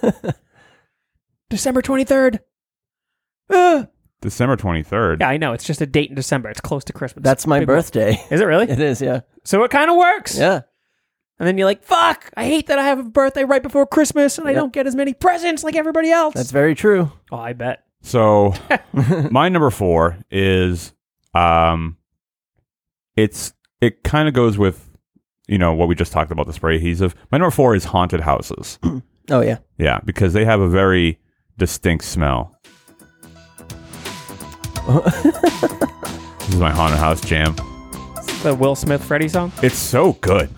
Speaker 1: Yeah.
Speaker 3: December twenty third. Ugh.
Speaker 2: December 23rd.
Speaker 3: Yeah, I know. It's just a date in December. It's close to Christmas.
Speaker 1: That's my
Speaker 3: Big one.
Speaker 1: birthday.
Speaker 3: Is it really?
Speaker 1: it is. Yeah.
Speaker 3: So it kind of works.
Speaker 1: Yeah.
Speaker 3: And then you're like, fuck, I hate that I have a birthday right before Christmas and I
Speaker 1: Yeah.
Speaker 3: don't get as many presents like everybody else.
Speaker 1: That's very true.
Speaker 3: oh, I bet.
Speaker 2: So, my number four is um, it's it kind of goes with you know what we just talked about the spray adhesive. My number four is haunted houses.
Speaker 1: Oh yeah.
Speaker 2: yeah, because they have a very distinct smell. this is my haunted house jam.
Speaker 3: The Will Smith Freddy song?
Speaker 2: It's so good.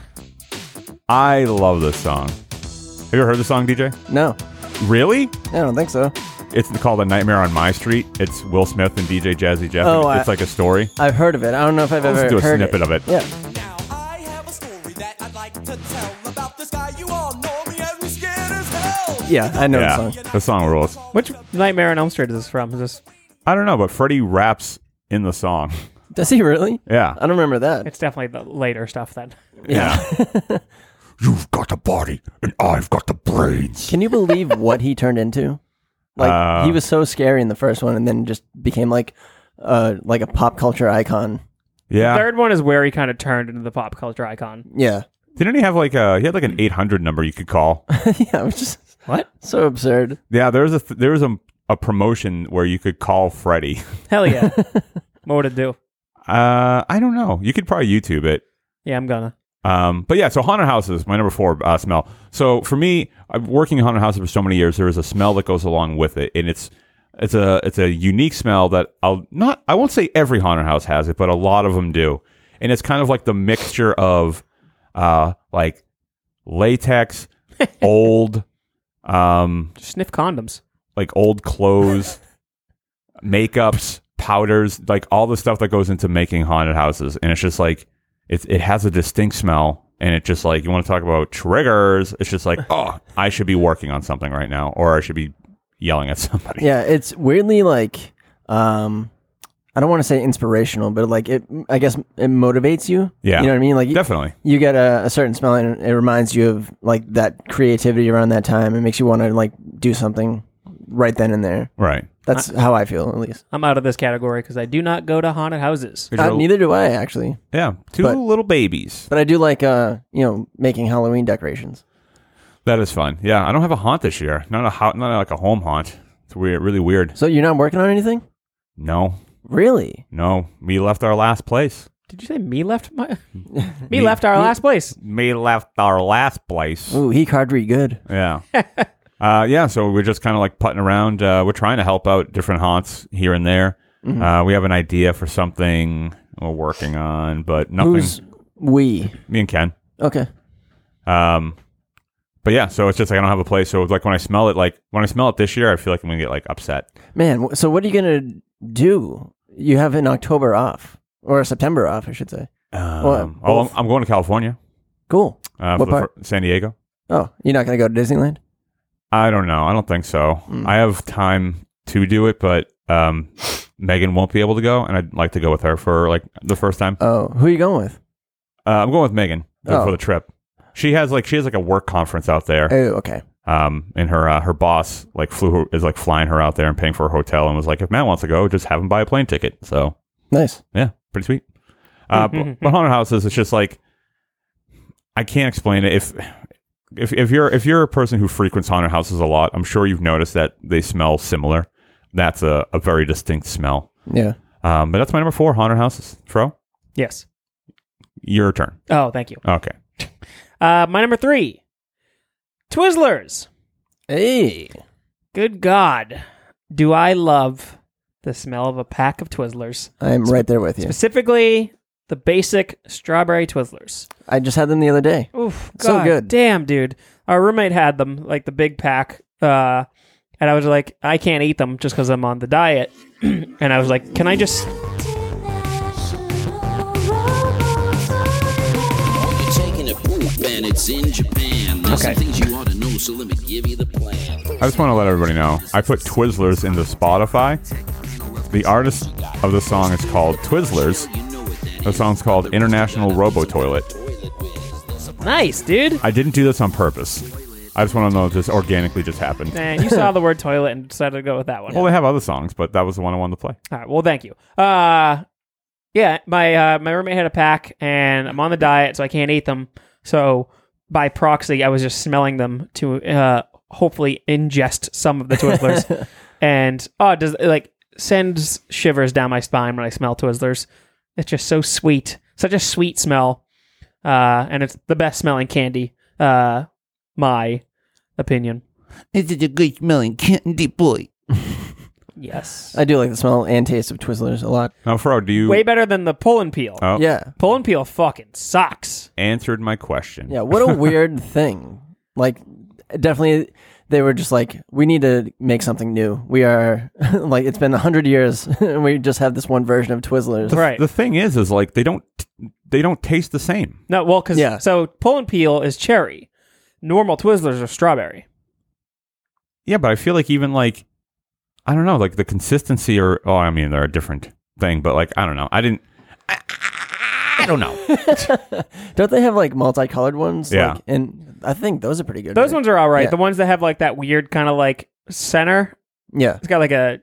Speaker 2: I love this song. Have you ever heard the song, DJ?
Speaker 1: No,
Speaker 2: Really?
Speaker 1: I don't think so.
Speaker 2: It's called A Nightmare on My Street. It's Will Smith and DJ Jazzy Jeff.
Speaker 1: Oh, I-
Speaker 2: it's like a story.
Speaker 1: I've heard of it. I don't know if I've
Speaker 2: Let's
Speaker 1: ever
Speaker 2: do a
Speaker 1: heard
Speaker 2: snippet
Speaker 1: it.
Speaker 2: of it.
Speaker 1: Yeah.
Speaker 6: Now I have a story that I'd like to tell about this guy you all know me as me scared as hell.
Speaker 1: Yeah, I know
Speaker 2: Yeah,
Speaker 1: the song.
Speaker 2: the song rules.
Speaker 3: Which Nightmare on Elm Street is this from? Is this?
Speaker 2: I don't know, but Freddie raps in the song.
Speaker 1: Does he really?
Speaker 2: Yeah.
Speaker 1: I don't remember that.
Speaker 3: It's definitely the later stuff then.
Speaker 2: Yeah. You've got the body, and I've got the brains.
Speaker 1: Can you believe what he turned into? Like
Speaker 2: Uh,
Speaker 1: he was so scary in the first one, and then just became like, uh, like a pop culture icon.
Speaker 2: Yeah.
Speaker 3: Third one is where he kind of turned into the pop culture icon.
Speaker 1: Yeah,
Speaker 2: Didn't he have like a? He had like an eight hundred number you could call.
Speaker 1: yeah, it was just
Speaker 3: What?
Speaker 1: so absurd.
Speaker 2: yeah. There was a th- there was a, a promotion where you could call Freddie.
Speaker 3: Hell yeah. what would it do?
Speaker 2: Uh, I don't know. You could probably YouTube it.
Speaker 3: Yeah, I'm gonna.
Speaker 2: Um, but yeah, so haunted houses, my number four uh, smell. So for me, I've been working in haunted houses for so many years. There is a smell that goes along with it, and it's it's a it's a unique smell that I'll not I won't say every haunted house has it, but a lot of them do, and it's kind of like the mixture of uh like latex, old, um,
Speaker 3: Just sniff condoms.
Speaker 2: like old clothes, makeups, powders, like all the stuff that goes into making haunted houses. And it's just like it it has a distinct smell and it just like you want to talk about triggers, it's just like, oh, I should be working on something right now or I should be yelling at somebody.
Speaker 1: Yeah, it's weirdly like um, I don't want to say inspirational, but like it, I guess it motivates you.
Speaker 2: Yeah.
Speaker 1: you know what I mean. Like you-
Speaker 2: Definitely.
Speaker 1: you get a, a certain smell, and it reminds you of like that creativity around that time. It makes you want to like do something right then and there.
Speaker 2: Right.
Speaker 1: That's how I feel, at least.
Speaker 3: I'm out of this category because I do not go to haunted houses.
Speaker 2: Here's
Speaker 1: Uh,
Speaker 2: your-
Speaker 1: neither do I actually,
Speaker 2: yeah. Two
Speaker 1: but-
Speaker 2: little babies.
Speaker 1: but I do like uh, you know making Halloween decorations.
Speaker 2: That is fun. Yeah. I don't have a haunt this year. Not a ho- not like a home haunt. It's weird. Really weird.
Speaker 1: So you're not working on anything,
Speaker 2: No.
Speaker 1: really?
Speaker 2: No. We left our last place.
Speaker 3: Did you say me left my? me left our last place.
Speaker 2: We left our last place.
Speaker 1: Ooh, he cardry good.
Speaker 2: Yeah. uh, yeah. So we're just kind of like putting around. Uh, we're trying to help out different haunts here and there.
Speaker 1: Mm-hmm.
Speaker 2: Uh, we have an idea for something we're working on, but nothing.
Speaker 1: Who's we?
Speaker 2: me and Ken.
Speaker 1: Okay,
Speaker 2: Um, but yeah, so it's just like I don't have a place. So it's like when I smell it, like when I smell it this year, I feel like I'm gonna get like upset.
Speaker 1: man. wh- So what are you gonna do? You have an October off or September off, I should say.
Speaker 2: Um,
Speaker 1: Well,
Speaker 2: oh, I'm,
Speaker 1: both.
Speaker 2: I'm going to California.
Speaker 1: Cool.
Speaker 2: Uh, for
Speaker 1: What
Speaker 2: the
Speaker 1: part?
Speaker 2: fir- San Diego.
Speaker 1: Oh, you're not gonna go to Disneyland?
Speaker 2: I don't know. I don't think so.
Speaker 1: Mm.
Speaker 2: I have time to do it, but um, Megan won't be able to go, and I'd like to go with her for like the first time.
Speaker 1: Oh, who are you going with?
Speaker 2: Uh, I'm going with Megan
Speaker 1: Oh.
Speaker 2: for the trip. She has like she has like a work conference out there.
Speaker 1: Oh, okay.
Speaker 2: Um, and her uh, her boss like flew her, is like flying her out there and paying for her hotel and was like, if Matt wants to go, just have him buy a plane ticket. So
Speaker 1: Nice.
Speaker 2: yeah, pretty sweet. Uh, b- but haunted houses, it's just like I can't explain it. If if if you're if you're a person who frequents haunted houses a lot, I'm sure you've noticed that they smell similar. That's a, a very distinct smell.
Speaker 1: Yeah.
Speaker 2: Um, but that's my number four haunted houses. Fro,
Speaker 3: Yes.
Speaker 2: your turn.
Speaker 3: Oh, thank you.
Speaker 2: Okay.
Speaker 3: Uh, my number three, Twizzlers.
Speaker 1: Hey.
Speaker 3: Good God, do I love the smell of a pack of Twizzlers,
Speaker 1: I'm right there with you.
Speaker 3: specifically the basic strawberry Twizzlers.
Speaker 1: I just had them the other day.
Speaker 3: Oof,
Speaker 1: So
Speaker 3: God
Speaker 1: good.
Speaker 3: Damn, dude. Our roommate had them, like the big pack. Uh, and I was like, I can't eat them just because I'm on the diet. and I was like, can I just.
Speaker 7: You're taking a poop and it's in Japan. There's
Speaker 3: Okay.
Speaker 7: some things you ought to know, so let me give you the plan.
Speaker 2: I just want to let everybody know I put Twizzlers into Spotify. The artist of the song is called Twizzlers.
Speaker 7: You know what that
Speaker 2: The song's called International Robo Toilet.
Speaker 7: toilet is. There's a
Speaker 3: Nice, dude.
Speaker 2: I didn't do this on purpose. I just want to know if this organically just happened.
Speaker 3: Man, you saw the word toilet and decided to go with that one.
Speaker 2: Well, they have other songs, but that was the one I wanted to play.
Speaker 3: All right. Well, thank you. Uh, yeah, my uh, my roommate had a pack, and I'm on the diet, so I can't eat them. So by proxy, I was just smelling them to uh, hopefully ingest some of the Twizzlers. and oh, it does it, like sends shivers down my spine when I smell Twizzlers. It's just so sweet, such a sweet smell, uh, and it's the best smelling candy. Uh, my opinion.
Speaker 8: This is a good smelling candy boy.
Speaker 3: Yes.
Speaker 1: I do like the smell and taste of Twizzlers a lot.
Speaker 2: Now, Fro, do you
Speaker 3: Way better than the pull and peel.
Speaker 2: Oh.
Speaker 1: Yeah.
Speaker 3: Pull and peel fucking sucks.
Speaker 2: answered my question?
Speaker 1: Yeah. What a weird thing. Like, definitely, they were just like, we need to make something new. We are, like, it's been 100 years and we just have this one version of Twizzlers.
Speaker 3: Right.
Speaker 2: The thing is, is like they don't they don't taste the same.
Speaker 3: No, well, because
Speaker 1: Yeah.
Speaker 3: so pull and peel is cherry. Normal Twizzlers are strawberry.
Speaker 2: Yeah, but I feel like even like I don't know, like the consistency or oh, I mean they're a different thing, but like I don't know. I didn't. I, I don't know.
Speaker 1: Don't they have, like, multicolored ones?
Speaker 2: Yeah.
Speaker 1: Like, and I think those are pretty good.
Speaker 3: Those
Speaker 1: right?
Speaker 3: ones are all right.
Speaker 1: Yeah.
Speaker 3: The ones that have like that weird kind of like center.
Speaker 1: Yeah.
Speaker 3: It's got like a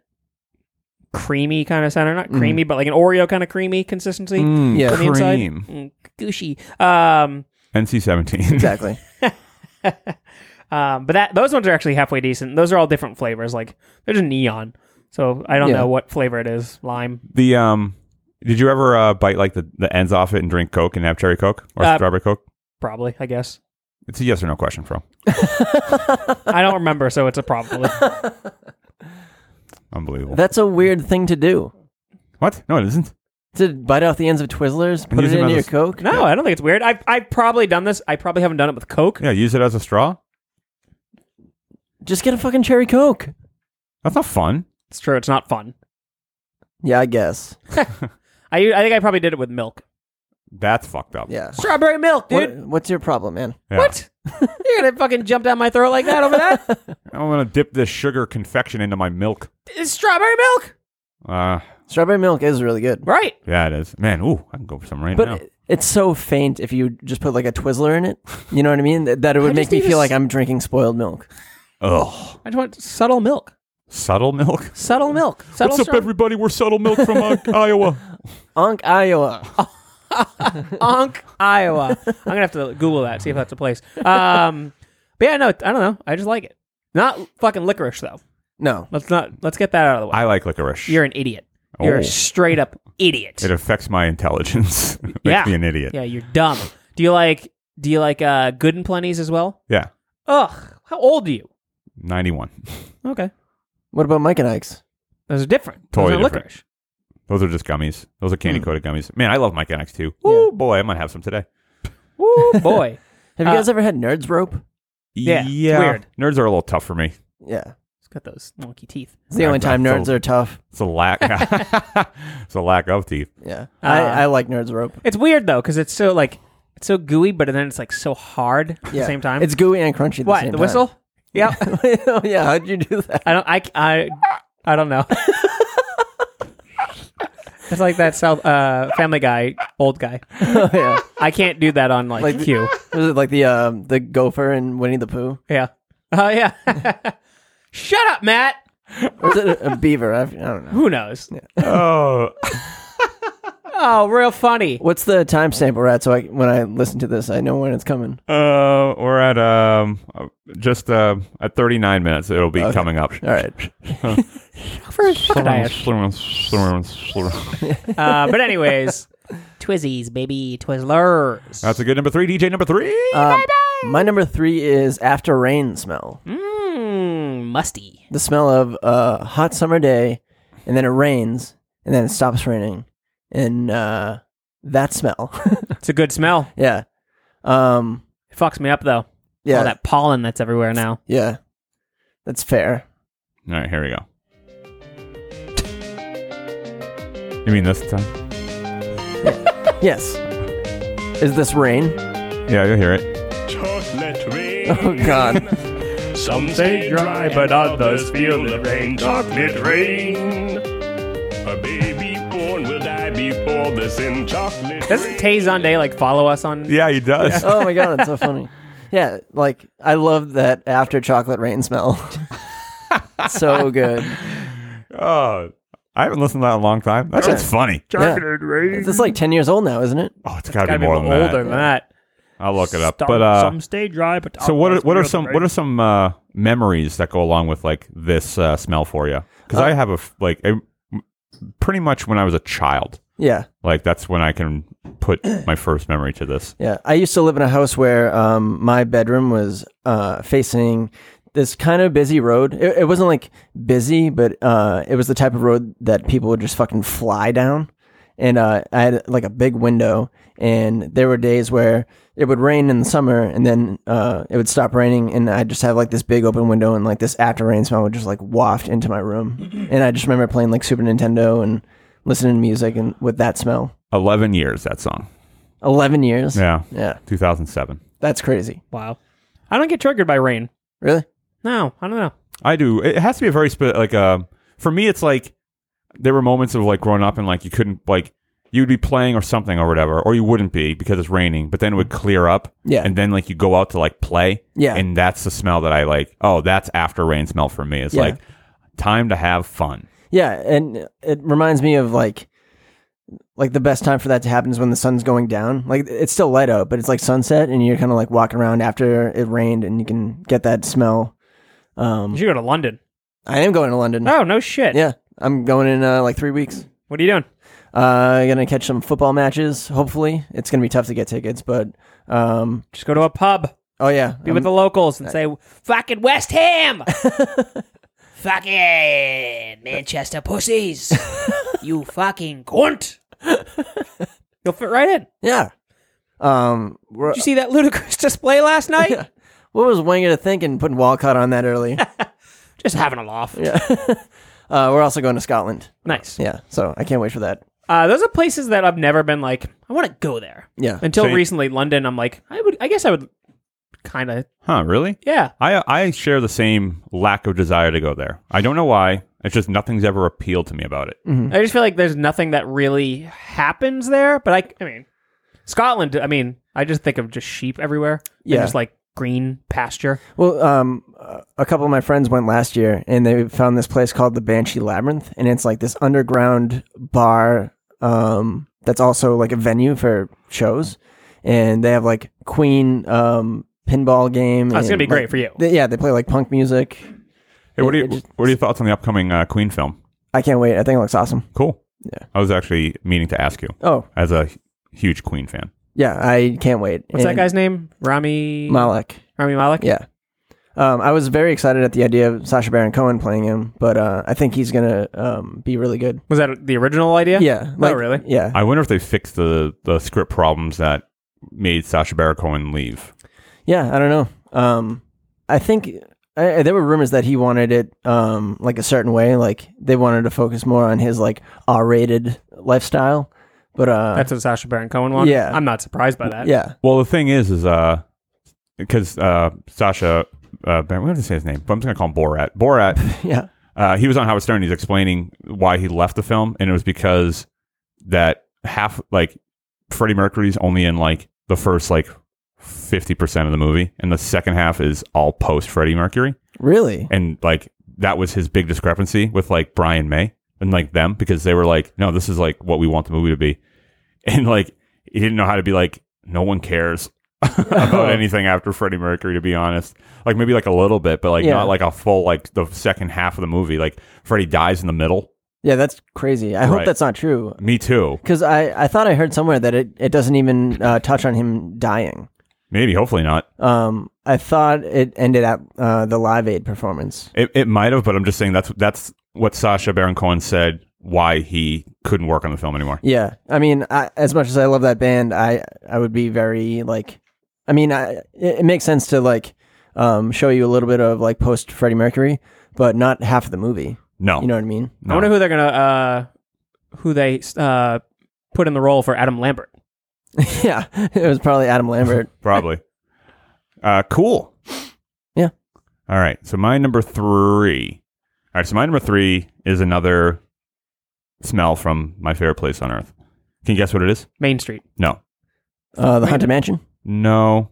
Speaker 3: creamy kind of center,
Speaker 1: Mm.
Speaker 3: not creamy, but like an Oreo kind of creamy consistency
Speaker 2: Mm,
Speaker 1: Yeah.
Speaker 3: on the inside.
Speaker 2: cream.
Speaker 3: Mm, Gushy. Um,
Speaker 2: NC seventeen.
Speaker 1: Exactly.
Speaker 3: um, but that those ones are actually halfway decent. Those are all different flavors. Like they're just neon. So I don't
Speaker 1: Yeah.
Speaker 3: know what flavor it is. Lime.
Speaker 2: The um, did you ever uh, bite like the, the ends off it and drink Coke and have cherry Coke or
Speaker 3: Uh,
Speaker 2: strawberry Coke?
Speaker 3: Probably, I guess.
Speaker 2: It's a yes or no question, Fro.
Speaker 3: I don't remember, so it's a probably.
Speaker 2: Unbelievable.
Speaker 1: That's a weird thing to do.
Speaker 2: what? No, it isn't.
Speaker 1: To bite off the ends of Twizzlers, put
Speaker 2: use
Speaker 1: it
Speaker 2: them
Speaker 1: into your
Speaker 2: as a-
Speaker 1: Coke?
Speaker 3: No, I don't think it's weird. I've, I've probably done this. I probably haven't done it with Coke.
Speaker 2: Yeah, use it as a straw.
Speaker 1: Just get a fucking cherry Coke.
Speaker 2: That's not fun.
Speaker 3: It's true. It's not fun.
Speaker 1: Yeah, I guess.
Speaker 3: I, I think I probably did it with milk.
Speaker 2: That's fucked up.
Speaker 1: Yeah.
Speaker 3: Strawberry milk, dude.
Speaker 1: What, what's your problem, man?
Speaker 2: Yeah.
Speaker 3: What? You're going to fucking jump down my throat like that over that?
Speaker 2: I'm gonna dip this sugar confection into my milk.
Speaker 3: it's strawberry milk.
Speaker 2: Uh,
Speaker 1: Strawberry milk is really good.
Speaker 3: Right.
Speaker 2: yeah, it is. Man, ooh, I can go for some right
Speaker 1: But
Speaker 2: now.
Speaker 1: it- it's so faint if you just put like a Twizzler in it. You know what I mean? That, that it would
Speaker 3: I
Speaker 1: make
Speaker 3: just
Speaker 1: me
Speaker 3: need
Speaker 1: feel
Speaker 3: a
Speaker 1: like
Speaker 3: s-
Speaker 1: I'm drinking spoiled milk.
Speaker 2: Ugh,
Speaker 3: I just want subtle milk.
Speaker 2: subtle milk.
Speaker 3: Subtle milk. Subtle
Speaker 2: What's up, everybody? We're subtle milk from uh, Iowa.
Speaker 1: Onk, Iowa.
Speaker 3: Onk, Iowa. I'm gonna have to Google that, see if that's a place. Um, but yeah, no, I don't know. I just like it. Not fucking licorice though.
Speaker 1: No.
Speaker 3: Let's not. Let's get that out of the way.
Speaker 2: I like licorice.
Speaker 3: You're an idiot. You're
Speaker 2: Oh.
Speaker 3: a straight up idiot.
Speaker 2: it affects my intelligence. Makes
Speaker 3: Yeah.
Speaker 2: me an idiot.
Speaker 3: Yeah, you're dumb. Do you like? Do you like uh, Good and Plenty's as well?
Speaker 2: Yeah.
Speaker 3: Ugh. How old are you?
Speaker 2: Ninety-one.
Speaker 3: Okay.
Speaker 1: What about Mike and Ike's?
Speaker 3: Those are different.
Speaker 2: Totally
Speaker 3: Those are
Speaker 2: different.
Speaker 3: licorice.
Speaker 2: Those are just gummies. Those are candy coated gummies. Man, I love Mike and Ike's too.
Speaker 1: Yeah.
Speaker 2: Ooh boy, I might have some today.
Speaker 3: Woo boy.
Speaker 1: Have you
Speaker 3: Uh,
Speaker 1: guys ever had Nerds Rope?
Speaker 3: Yeah, it's weird.
Speaker 2: Nerds are a little tough for me.
Speaker 1: Yeah.
Speaker 3: It's got those wonky teeth.
Speaker 1: It's the
Speaker 2: I've-
Speaker 1: only time
Speaker 2: I've
Speaker 1: nerds
Speaker 2: told-
Speaker 1: are tough.
Speaker 2: It's a lack. it's a lack of teeth.
Speaker 1: Yeah. I,
Speaker 3: Uh,
Speaker 1: I like Nerds Rope.
Speaker 3: It's weird though, because it's so like it's so gooey, but then it's like so hard at
Speaker 1: Yeah.
Speaker 3: the same time.
Speaker 1: It's gooey and crunchy at the
Speaker 3: what
Speaker 1: same
Speaker 3: the
Speaker 1: time.
Speaker 3: whistle? Yeah.
Speaker 1: oh, yeah. How'd you do that?
Speaker 3: I don't. I. I. I don't know. it's like that South uh, Family Guy old guy.
Speaker 1: oh, yeah.
Speaker 3: I can't do that on like,
Speaker 1: Like-
Speaker 3: cue.
Speaker 1: Was it like the um, the gopher and Winnie the Pooh?
Speaker 3: Yeah. Oh yeah. Shut up, Matt.
Speaker 1: Or is it a, a beaver? I, I don't know.
Speaker 3: Who knows?
Speaker 2: Oh,
Speaker 3: Oh, real funny.
Speaker 1: What's the timestamp we're at so I, when I listen to this, I know when it's coming?
Speaker 2: uh, we're at um, uh, just uh, at 39 minutes. It'll be coming up.
Speaker 1: All right.
Speaker 2: That's
Speaker 3: Uh, but anyways,
Speaker 9: Twizzies, baby, Twizzlers.
Speaker 2: a good number three. DJ number three.
Speaker 1: Um, my number three is After Rain smell.
Speaker 9: Mmm, musty.
Speaker 1: The smell of a hot summer day, and then it rains, and then it stops raining. And uh, that smell.
Speaker 3: it's a good smell.
Speaker 1: yeah. Um,
Speaker 3: It fucks me up though.
Speaker 1: yeah.
Speaker 3: All that pollen that's everywhere now.
Speaker 1: Yeah. That's fair.
Speaker 2: All right, here we go. You mean this time?
Speaker 1: Yes. Is this rain?
Speaker 2: Yeah, you'll hear it.
Speaker 1: Oh God!
Speaker 6: Some say dry, but others feel the rain. Chocolate rain. A baby born will die before the sin. Chocolate
Speaker 3: Doesn't Tay Zonday like follow us on?
Speaker 2: Yeah, he does.
Speaker 1: Oh my God! It's so funny. Yeah, like I love that after chocolate rain smell. so good.
Speaker 2: Oh, I haven't listened to that in a long time. That sounds funny.
Speaker 1: Yeah. It's like ten years old now, isn't it?
Speaker 2: Oh, it's got to
Speaker 3: Gotta
Speaker 2: be
Speaker 3: be
Speaker 2: more
Speaker 3: older
Speaker 2: than that.
Speaker 3: than that.
Speaker 2: I'll look it up.
Speaker 3: Some-
Speaker 2: But uh,
Speaker 3: some stay dry, but
Speaker 2: so what? Are,
Speaker 3: others
Speaker 2: what are
Speaker 3: feel the
Speaker 2: some?
Speaker 3: rain.
Speaker 2: What are some uh, memories that go along with like this uh, smell for you? Because I have a f- like I, pretty much when I was a child.
Speaker 1: Yeah,
Speaker 2: Like that's when I can put my first memory to this.
Speaker 1: yeah. I used to live in a house where um, my bedroom was uh, facing this kind of busy road. It, it wasn't like busy, but uh, it was the type of road that people would just fucking fly down. and uh, I had like a big window, and there were days where it would rain in the summer, and then uh, it would stop raining, and I'd just have like this big open window, and like this after rain smell would just like waft into my room, and I just remember playing like Super Nintendo and listening to music, and with that smell,
Speaker 2: Eleven years that song.
Speaker 1: eleven years,
Speaker 2: Yeah,
Speaker 1: yeah,
Speaker 2: two thousand seven.
Speaker 1: that's crazy,
Speaker 3: Wow. I don't get triggered by rain.
Speaker 1: really,
Speaker 3: No, I don't know.
Speaker 2: I do. It has to be a very spe- like uh, for me. It's like there were moments of like growing up and like you couldn't like you'd be playing or something or whatever, or you wouldn't be because it's raining. But then it would clear up.
Speaker 1: Mm-hmm. Yeah.
Speaker 2: And then like you go out to like play.
Speaker 1: Yeah.
Speaker 2: And that's the smell that I like. Oh, that's after rain smell for me. It's
Speaker 1: Yeah.
Speaker 2: like time to have fun.
Speaker 1: yeah, and it reminds me of like. Like the best time for that to happen is when the sun's going down. Like it's still light out, but it's like sunset, and you're kind of like walking around after it rained, and you can get that smell. Um,
Speaker 3: You should go to London.
Speaker 1: I am going to London.
Speaker 3: Oh, no shit.
Speaker 1: Yeah, I'm going in uh, like three weeks.
Speaker 3: What are you doing?
Speaker 1: Uh, gonna catch some football matches. Hopefully, it's gonna be tough to get tickets, but um,
Speaker 3: Just go to a pub.
Speaker 1: oh yeah,
Speaker 3: Be
Speaker 1: I'm-
Speaker 3: with the locals and say, fucking West Ham.
Speaker 9: Fucking Manchester pussies. you fucking cunt.
Speaker 3: You'll fit right in.
Speaker 1: yeah. Um, we're-
Speaker 3: Did you see that ludicrous display last night?
Speaker 1: what was Wenger thinking putting Walcott on that early? uh,
Speaker 3: Just having a laugh.
Speaker 1: we're also going to Scotland.
Speaker 3: Nice.
Speaker 1: Yeah, so I can't wait for that.
Speaker 3: Uh, those are places that I've never been like, I want to go there.
Speaker 1: Yeah,
Speaker 3: Until
Speaker 2: Same.
Speaker 3: recently, London, I'm like, I would, I guess I would kind of,
Speaker 2: Huh? Really?
Speaker 3: yeah.
Speaker 2: I I share the same lack of desire to go there. I don't know why. It's just nothing's ever appealed to me about it.
Speaker 1: Mm-hmm.
Speaker 3: I just feel like there's nothing that really happens there. But I, I mean, Scotland. I mean, I just think of just sheep everywhere. Yeah,
Speaker 1: Yeah.
Speaker 3: just like green pasture.
Speaker 1: Well, um, uh, a couple of my friends went last year, and they found this place called the Banshee Labyrinth, and it's like this underground bar um, that's also like a venue for shows, and they have like Queen um, pinball game.
Speaker 3: Oh, it's gonna
Speaker 1: and,
Speaker 3: be great
Speaker 1: like,
Speaker 3: for you.
Speaker 1: they- yeah, they play like punk music.
Speaker 2: Hey, what are,
Speaker 1: It-
Speaker 2: you,
Speaker 1: it just-
Speaker 2: what are your thoughts on the upcoming uh, Queen film?
Speaker 1: I can't wait. I think it looks awesome.
Speaker 2: Cool.
Speaker 1: Yeah.
Speaker 2: I was actually meaning to ask you
Speaker 1: Oh
Speaker 2: as a h- huge Queen fan.
Speaker 1: yeah, I can't wait.
Speaker 3: What's
Speaker 1: And
Speaker 3: that guy's name? Rami
Speaker 1: Malek.
Speaker 3: Rami Malek.
Speaker 1: Yeah. Um, I was very excited at the idea of Sasha Baron Cohen playing him, but uh, I think he's gonna um, be really good.
Speaker 3: Was that the original idea?
Speaker 1: Yeah.
Speaker 3: Oh, really?
Speaker 1: Yeah.
Speaker 2: I wonder if they fixed the, the script problems that made Sasha Baron Cohen leave.
Speaker 1: Yeah, I don't know. Um, I think I, I- there were rumors that he wanted it um, like a certain way, like they wanted to focus more on his like R-rated lifestyle. But uh,
Speaker 3: That's what Sasha Baron Cohen wanted.
Speaker 1: Yeah.
Speaker 3: I'm not surprised by that.
Speaker 1: yeah,
Speaker 2: Well, the thing is, is uh, because uh, Sasha, uh, Baron- we have to say his name, but I'm just gonna call him Borat. Borat.
Speaker 1: yeah,
Speaker 2: Uh, he was on Howard Stern. He's explaining why he left the film, and it was because that half like Freddie Mercury's only in like the first like fifty percent of the movie, and the second half is all post Freddie Mercury,
Speaker 1: really.
Speaker 2: and like that was his big discrepancy with like Brian May and like them because they were like, no, this is like what we want the movie to be, and like he didn't know how to be like, no one cares. about anything after Freddie Mercury, to be honest, like maybe like a little bit, but like
Speaker 1: Yeah.
Speaker 2: not like a full like the second half of the movie. Like Freddie dies in the middle.
Speaker 1: Yeah, that's crazy. I
Speaker 2: Right.
Speaker 1: hope that's not true
Speaker 2: Me too.
Speaker 1: because I I thought I heard somewhere that it it doesn't even uh, touch on him dying.
Speaker 2: Maybe, hopefully not.
Speaker 1: Um, I thought it ended at uh, the Live Aid performance.
Speaker 2: It, it might have, but I'm just saying that's that's what Sasha Baron Cohen said why he couldn't work on the film anymore.
Speaker 1: Yeah, I mean, I, as much as I love that band, I I would be very like, I mean, I, it, it makes sense to like um, show you a little bit of like post Freddie Mercury, but not half of the movie.
Speaker 2: No,
Speaker 1: You know what I mean?
Speaker 2: no.
Speaker 3: I wonder who they're gonna uh, who they uh, put in the role for Adam Lambert.
Speaker 1: yeah, it was probably Adam Lambert.
Speaker 2: probably. Uh, cool.
Speaker 1: Yeah.
Speaker 2: All right. So my number three. All right. So my number three is another smell from my favorite place on earth. Can you guess what it is?
Speaker 3: Main Street.
Speaker 2: No.
Speaker 1: Uh, the Haunted Mansion,
Speaker 2: No.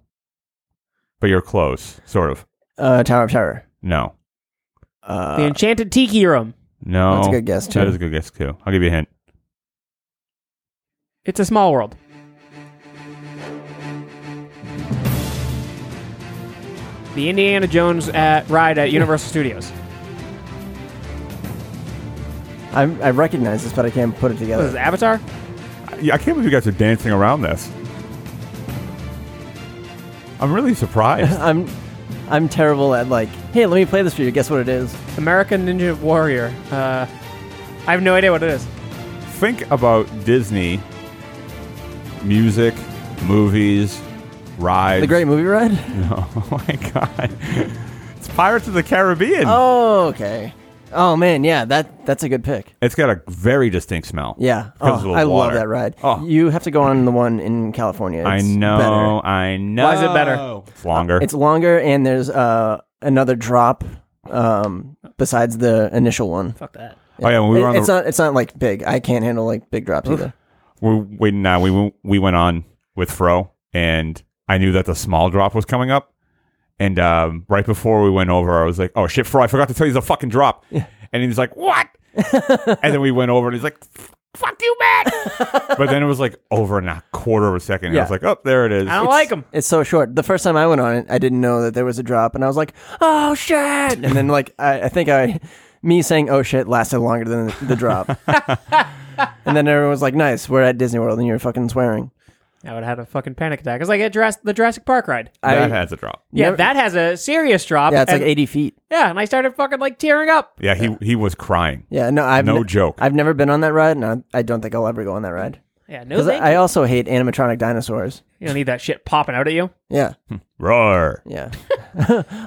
Speaker 2: But you're close, sort of.
Speaker 1: uh, Tower of Terror.
Speaker 2: No.
Speaker 1: Uh,
Speaker 3: the Enchanted Tiki Room.
Speaker 2: No.
Speaker 1: That's a good guess, too.
Speaker 2: Oh, That is a good guess too. I'll give you a hint.
Speaker 3: It's a small world. The Indiana Jones at, ride at Universal Studios.
Speaker 1: I, I recognize this, but I can't put
Speaker 3: What
Speaker 1: it
Speaker 3: is
Speaker 1: together.
Speaker 3: it, Avatar?
Speaker 2: Yeah, I can't believe you guys are dancing around this. I'm really surprised.
Speaker 1: I'm I'm terrible at like, hey, let me play this for you. Guess what it is?
Speaker 3: American Ninja Warrior. Uh, I have no idea what it is.
Speaker 2: Think about Disney music, movies, rides.
Speaker 1: The Great Movie Ride.
Speaker 2: Oh my god. It's Pirates of the Caribbean.
Speaker 1: Oh, okay. Oh man, yeah, that that's a good pick.
Speaker 2: It's got a very distinct smell.
Speaker 1: Yeah,
Speaker 2: Because of
Speaker 1: Oh,
Speaker 2: the
Speaker 1: I love
Speaker 2: water.
Speaker 1: that ride.
Speaker 2: Oh.
Speaker 1: You have to go on the one in California.
Speaker 2: I
Speaker 1: It's
Speaker 2: know.
Speaker 1: better.
Speaker 2: I know.
Speaker 3: Why is it better?
Speaker 2: It's longer.
Speaker 1: It's longer, and there's uh, another drop um, besides the initial one.
Speaker 9: Fuck that.
Speaker 2: oh yeah, when we
Speaker 1: It-
Speaker 2: were on the
Speaker 1: it's not. It's not like big. I can't handle like big drops either.
Speaker 2: we we nah, we went- we went on with Fro, and I knew that the small drop was coming up. And um, right before we went over, I was like, "Oh shit, Fro! I forgot to tell you the fucking drop." And he's like, "What?" and then we went over, and he's like, "F- "Fuck you, man!" but then it was like over in a quarter of a second. And I
Speaker 1: Yeah.
Speaker 2: was like, "Oh, there it is."
Speaker 3: I don't like them.
Speaker 1: It's so short. The first time I went on it, I didn't know that there was a drop, and I was like, "Oh shit!" And then like I, I think I, me saying "oh shit" lasted longer than the, the drop. and then everyone was like, "Nice, we're at Disney World, and you're fucking swearing."
Speaker 3: I would have had a fucking panic attack. It's like a Jurass- the Jurassic Park ride.
Speaker 2: that has a drop.
Speaker 3: Yeah,
Speaker 1: Never-
Speaker 3: that has a serious drop.
Speaker 1: Yeah, it's
Speaker 3: and-
Speaker 1: like 80 feet.
Speaker 3: Yeah, and I started fucking like tearing up.
Speaker 2: Yeah, he he was crying.
Speaker 1: Yeah, no, I've
Speaker 2: No
Speaker 1: ne-
Speaker 2: joke.
Speaker 1: I've never been on that ride, and I, I don't think I'll ever go on that ride
Speaker 3: Yeah, no
Speaker 1: because
Speaker 3: thank
Speaker 1: I
Speaker 3: you.
Speaker 1: also hate animatronic dinosaurs.
Speaker 3: You don't need that shit popping out at you.
Speaker 1: Yeah,
Speaker 2: Hmm. Roar!
Speaker 1: yeah.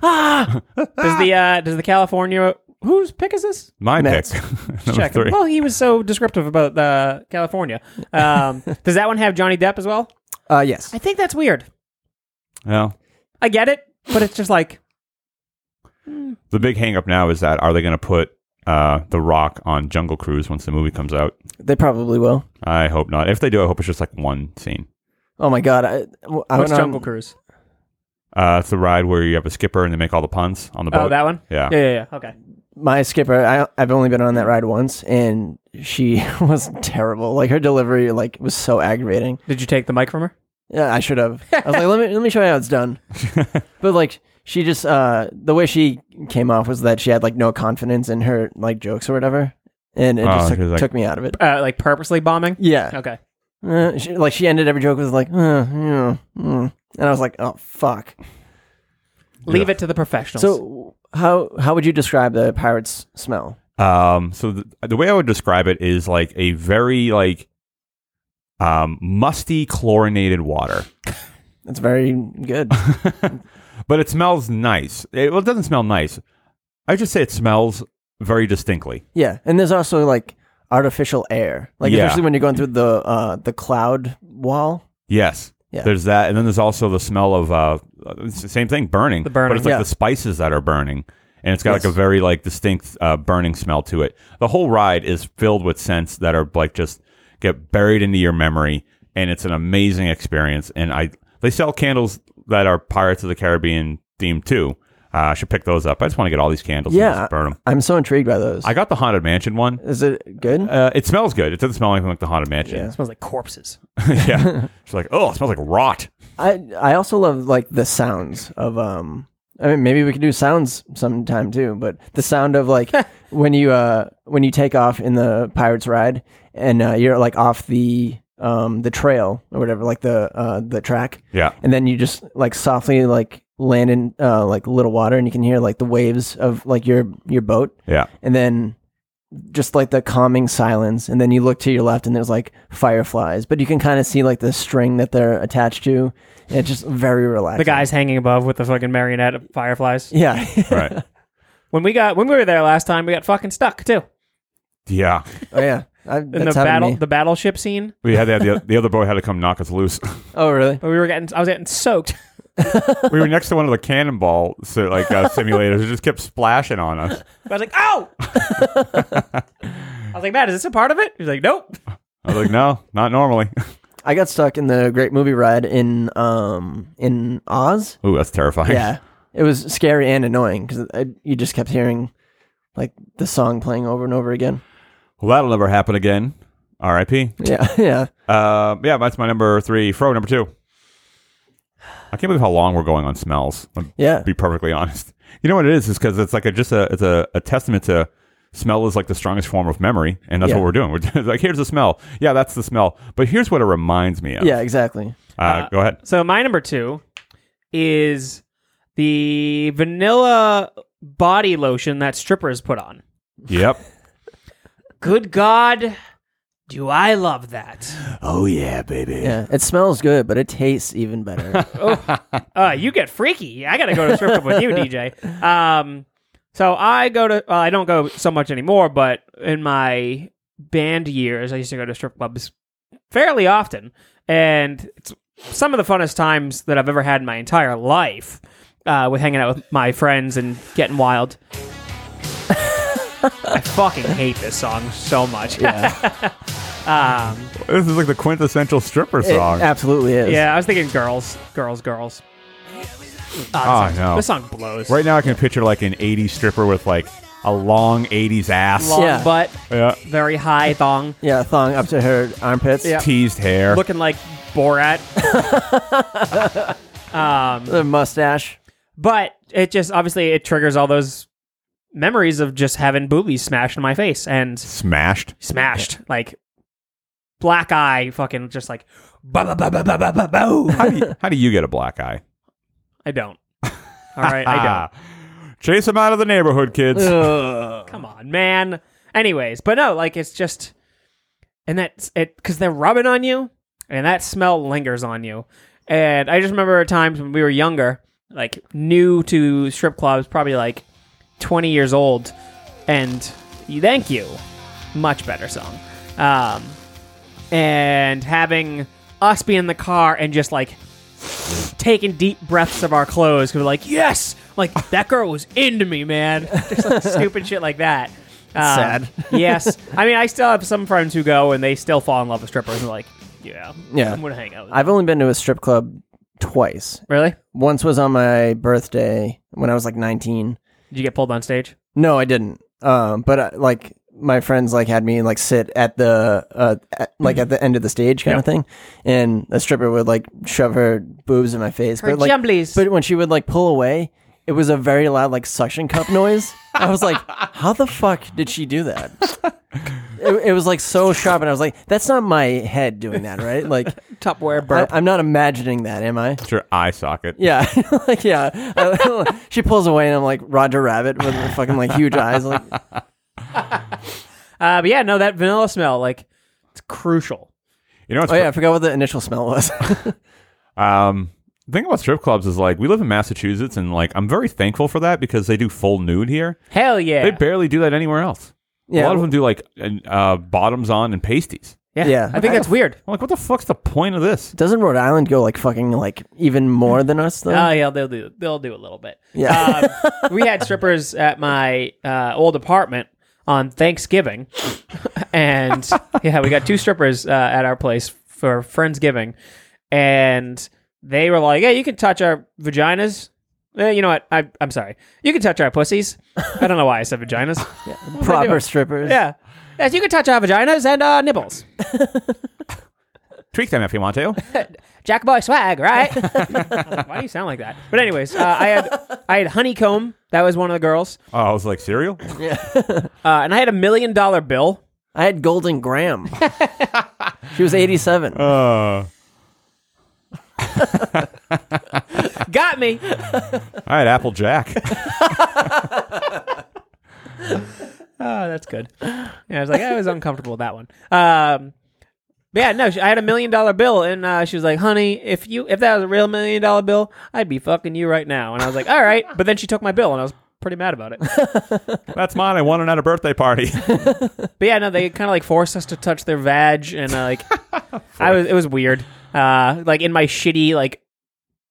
Speaker 1: Ah.
Speaker 3: Does the uh, does the California whose pick is this?
Speaker 2: My
Speaker 1: Mets.
Speaker 2: pick. Number
Speaker 3: Check.
Speaker 2: three.
Speaker 3: Well, he was so descriptive about uh, California. Um, does that one have Johnny Depp as well?
Speaker 1: Uh, yes.
Speaker 3: I think that's weird.
Speaker 2: Well,
Speaker 3: I get it, but it's just like
Speaker 2: the big hang up now is that are they going to put uh, The Rock on Jungle Cruise once the movie comes out.
Speaker 1: They probably will.
Speaker 2: I hope not. If they do, I hope it's just like one scene.
Speaker 1: Oh my god! I, I
Speaker 3: What's
Speaker 1: went on-
Speaker 3: Jungle Cruise?
Speaker 2: Uh, it's the ride where you have a skipper and they make all the puns on the boat.
Speaker 3: Oh, that one.
Speaker 2: Yeah.
Speaker 3: Yeah, yeah, yeah. Okay.
Speaker 1: my skipper I, i've only been on that ride once and she was terrible like her delivery like was so aggravating
Speaker 3: Did you take the mic from her?
Speaker 1: yeah i should have i was like let me let me show you how it's done but like she just uh the way she came off was that she had like no confidence in her like jokes or whatever and it
Speaker 2: Oh,
Speaker 1: just
Speaker 2: she was
Speaker 1: took,
Speaker 2: like-
Speaker 1: took me out of it
Speaker 3: Uh, like purposely bombing.
Speaker 1: yeah
Speaker 3: Okay.
Speaker 1: Uh, she, like she ended every joke with like uh, yeah, mm. and i was like oh fuck
Speaker 3: Leave it to the professionals.
Speaker 1: so how how would you describe the pirate's smell
Speaker 2: Um, so the, the way I would describe it is like a very like um, musty chlorinated water,
Speaker 1: that's very good
Speaker 2: but it smells nice. It, well, it doesn't smell nice. I just say it smells very distinctly.
Speaker 1: Yeah, and there's also like artificial air, like
Speaker 2: Yeah.
Speaker 1: especially when you're going through the uh, the cloud wall.
Speaker 2: Yes.
Speaker 1: Yeah.
Speaker 2: There's that, and then there's also the smell of uh, it's the same thing, burning.
Speaker 3: The burning.
Speaker 2: but it's like
Speaker 1: Yeah.
Speaker 2: the spices that are burning, and it's got like
Speaker 1: Yes.
Speaker 2: a very like distinct uh, burning smell to it. The whole ride is filled with scents that are like just get buried into your memory, and it's an amazing experience. And I they sell candles that are Pirates of the Caribbean themed too. Uh, I should pick those up. I just want to get all these candles.
Speaker 1: Yeah.
Speaker 2: and just burn them.
Speaker 1: I'm so intrigued by those.
Speaker 2: I got the haunted mansion one.
Speaker 1: Is it good?
Speaker 2: Uh, it smells good. It doesn't smell anything like the haunted mansion.
Speaker 1: Yeah.
Speaker 3: smells like corpses.
Speaker 2: Yeah, it's like oh, it smells like rot.
Speaker 1: I I also love like the sounds of um. I mean, maybe we could do sounds sometime too, but the sound of like when you uh when you take off in the pirates ride and uh, you're like off the um the trail or whatever, like the uh the track,
Speaker 2: Yeah.
Speaker 1: and then you just like softly like land in uh like a little water, and you can hear like the waves of like your your boat,
Speaker 2: Yeah.
Speaker 1: and then just like the calming silence and then you look to your left and there's like fireflies but you can kind of see like the string that they're attached to and it's just very relaxing
Speaker 3: The guys hanging above with the fucking marionette of fireflies.
Speaker 1: yeah
Speaker 2: Right.
Speaker 3: When we got when we were there last time, we got fucking stuck too
Speaker 2: Yeah.
Speaker 1: oh yeah I,
Speaker 3: in the
Speaker 1: that's happened to
Speaker 3: battle
Speaker 1: me.
Speaker 3: the battleship scene.
Speaker 2: We had that. The, the other boy had to come knock us loose.
Speaker 1: oh really
Speaker 3: But we were getting I was getting soaked.
Speaker 2: we were next to one of the cannonball so, like uh, simulators. It just kept splashing on us.
Speaker 3: I was like, oh. I was like, Matt, is this a part of it? He's like, nope.
Speaker 2: I was like, no, not normally.
Speaker 1: i got stuck in the great movie ride in um in oz
Speaker 2: Ooh, that's terrifying.
Speaker 1: yeah it was scary and annoying because you just kept hearing like the song playing over and over again
Speaker 2: Well, that'll never happen again. R.I.P.
Speaker 1: yeah yeah
Speaker 2: Uh, yeah, that's my number three. Fro number two. I can't believe how long we're going on smells. I'll
Speaker 1: Yeah.
Speaker 2: Be perfectly honest. You know what it is? Is because it's like a just a it's a, a testament to smell is like the strongest form of memory, and that's
Speaker 1: Yeah.
Speaker 2: what we're doing. We're just like, here's the smell. Yeah, that's the smell. But here's what it reminds me of.
Speaker 1: yeah exactly
Speaker 2: Uh, go ahead.
Speaker 3: So my number two is the vanilla body lotion that strippers put on.
Speaker 2: Yep.
Speaker 3: Good God, do I love that?
Speaker 2: Oh yeah, baby.
Speaker 1: yeah it smells good but it tastes even better
Speaker 3: Uh, you get freaky. I gotta go to the strip club with you, DJ. Um, so I go to. Well, I don't go so much anymore, but in my band years, I used to go to strip clubs fairly often, and it's some of the funnest times that I've ever had in my entire life. Uh, with hanging out with my friends and getting wild. I fucking hate this song so much. um,
Speaker 2: This is like the quintessential stripper
Speaker 1: it
Speaker 2: song.
Speaker 1: absolutely is
Speaker 3: yeah, I was thinking girls, girls, girls.
Speaker 2: oh no!
Speaker 3: This song blows.
Speaker 2: Right now, I can picture like an '80s stripper with like a long '80s ass,
Speaker 3: Long
Speaker 1: Yeah.
Speaker 3: butt,
Speaker 2: yeah,
Speaker 3: very high thong.
Speaker 1: yeah thong up to her armpits
Speaker 3: Yeah.
Speaker 2: teased hair.
Speaker 3: looking like Borat.
Speaker 1: the mustache
Speaker 3: But it just obviously it triggers all those memories of just having boobies smashed in my face and
Speaker 2: smashed.
Speaker 3: smashed like black eye, fucking just like ba ba ba ba ba ba ba
Speaker 2: How
Speaker 3: bo.
Speaker 2: do, you, how do you get a black eye? Ah.
Speaker 3: I don't. All right, I
Speaker 2: Chase him out of the neighborhood, kids.
Speaker 3: don't. Come on, man. Anyways, but no, like it's just and that's it because they're rubbing on you and that smell lingers on you. And I just remember times when we were younger, like new to strip clubs, probably like 20 years old, and you- thank you, much better song. Um, and having us be in the car and just like taking deep breaths of our clothes, 'cause we're like, yes, like that Um, girl was into me, man. Just like stupid shit like that.
Speaker 1: sad.
Speaker 3: yes. I mean, I still have some friends who go and they still fall in love with strippers and like, yeah,
Speaker 1: Yeah.
Speaker 3: I'm gonna hang out. With
Speaker 1: I've only been to a strip club twice.
Speaker 3: Really?
Speaker 1: Once was on my birthday when I was like 19.
Speaker 3: Did you get pulled on stage?
Speaker 1: No, I didn't. Um, but uh, like my friends like had me like sit at the uh, at, like at the end of the stage kind of thing, and a stripper would like shove her boobs in my face.
Speaker 3: Her
Speaker 1: but like,
Speaker 3: jumblies.
Speaker 1: But when she would like pull away, it was a very loud like suction cup noise. I was like, how the fuck did she do that? It, it was like so sharp, and I was like, "That's not my head doing that, right? Like,
Speaker 3: Tupperware
Speaker 1: I, I'm not imagining that, am I?"
Speaker 2: It's your eye socket.
Speaker 1: Yeah, like yeah. I- she pulls away, and I'm like Roger Rabbit with fucking like huge eyes. Like,
Speaker 3: Uh, but yeah, no, that vanilla smell, like, it's crucial.
Speaker 2: You know what's
Speaker 1: oh yeah, I forgot what the initial smell was.
Speaker 2: Um, the thing about strip clubs is like we live in Massachusetts, and like I'm very thankful for that because they do full nude here.
Speaker 3: Hell yeah.
Speaker 2: They barely do that anywhere else. A
Speaker 1: Yeah.
Speaker 2: lot of them do like an- uh, bottoms on and pasties.
Speaker 3: yeah.
Speaker 1: Yeah.
Speaker 3: I think that's weird.
Speaker 2: I'm like, what the fuck's the point of this?
Speaker 1: Doesn't Rhode Island go like fucking like even more than us though?
Speaker 3: Oh yeah, they'll do. They'll do a little bit.
Speaker 1: Yeah.
Speaker 3: Um, we had strippers at my uh, old apartment on Thanksgiving, and yeah, we got two strippers uh, at our place for Friendsgiving, and they were like, "Yeah, you can touch our vaginas." Eh, you know what? I, I'm sorry. You can touch our pussies. I don't know why I said vaginas.
Speaker 1: Proper strippers.
Speaker 3: yeah. Yes, you can touch our vaginas and uh, nipples.
Speaker 2: Tweak them if you want to.
Speaker 3: Jack Boy swag, right? Why do you sound like that? But anyways, uh, I had I had honeycomb. That was one of the girls,
Speaker 2: Oh, I was like, cereal?
Speaker 3: uh, and I had a million dollar bill.
Speaker 1: I had Golden Graham. she was 87.
Speaker 2: Uh,
Speaker 3: Got me.
Speaker 2: I had Apple Jack.
Speaker 3: Oh, that's good. Yeah, I was like, I was uncomfortable with that one. Um, but yeah, no, she- I had a million dollar bill, and uh, she was like, "Honey, if you if that was a real million dollar bill, I'd be fucking you right now." And I was like, "All right," but then she took my bill, and I was pretty mad about it.
Speaker 2: That's mine. I won it at a birthday party.
Speaker 3: But yeah, no, they kind of like forced us to touch their vag, and uh, like, I was it was weird. Uh, like in my shitty like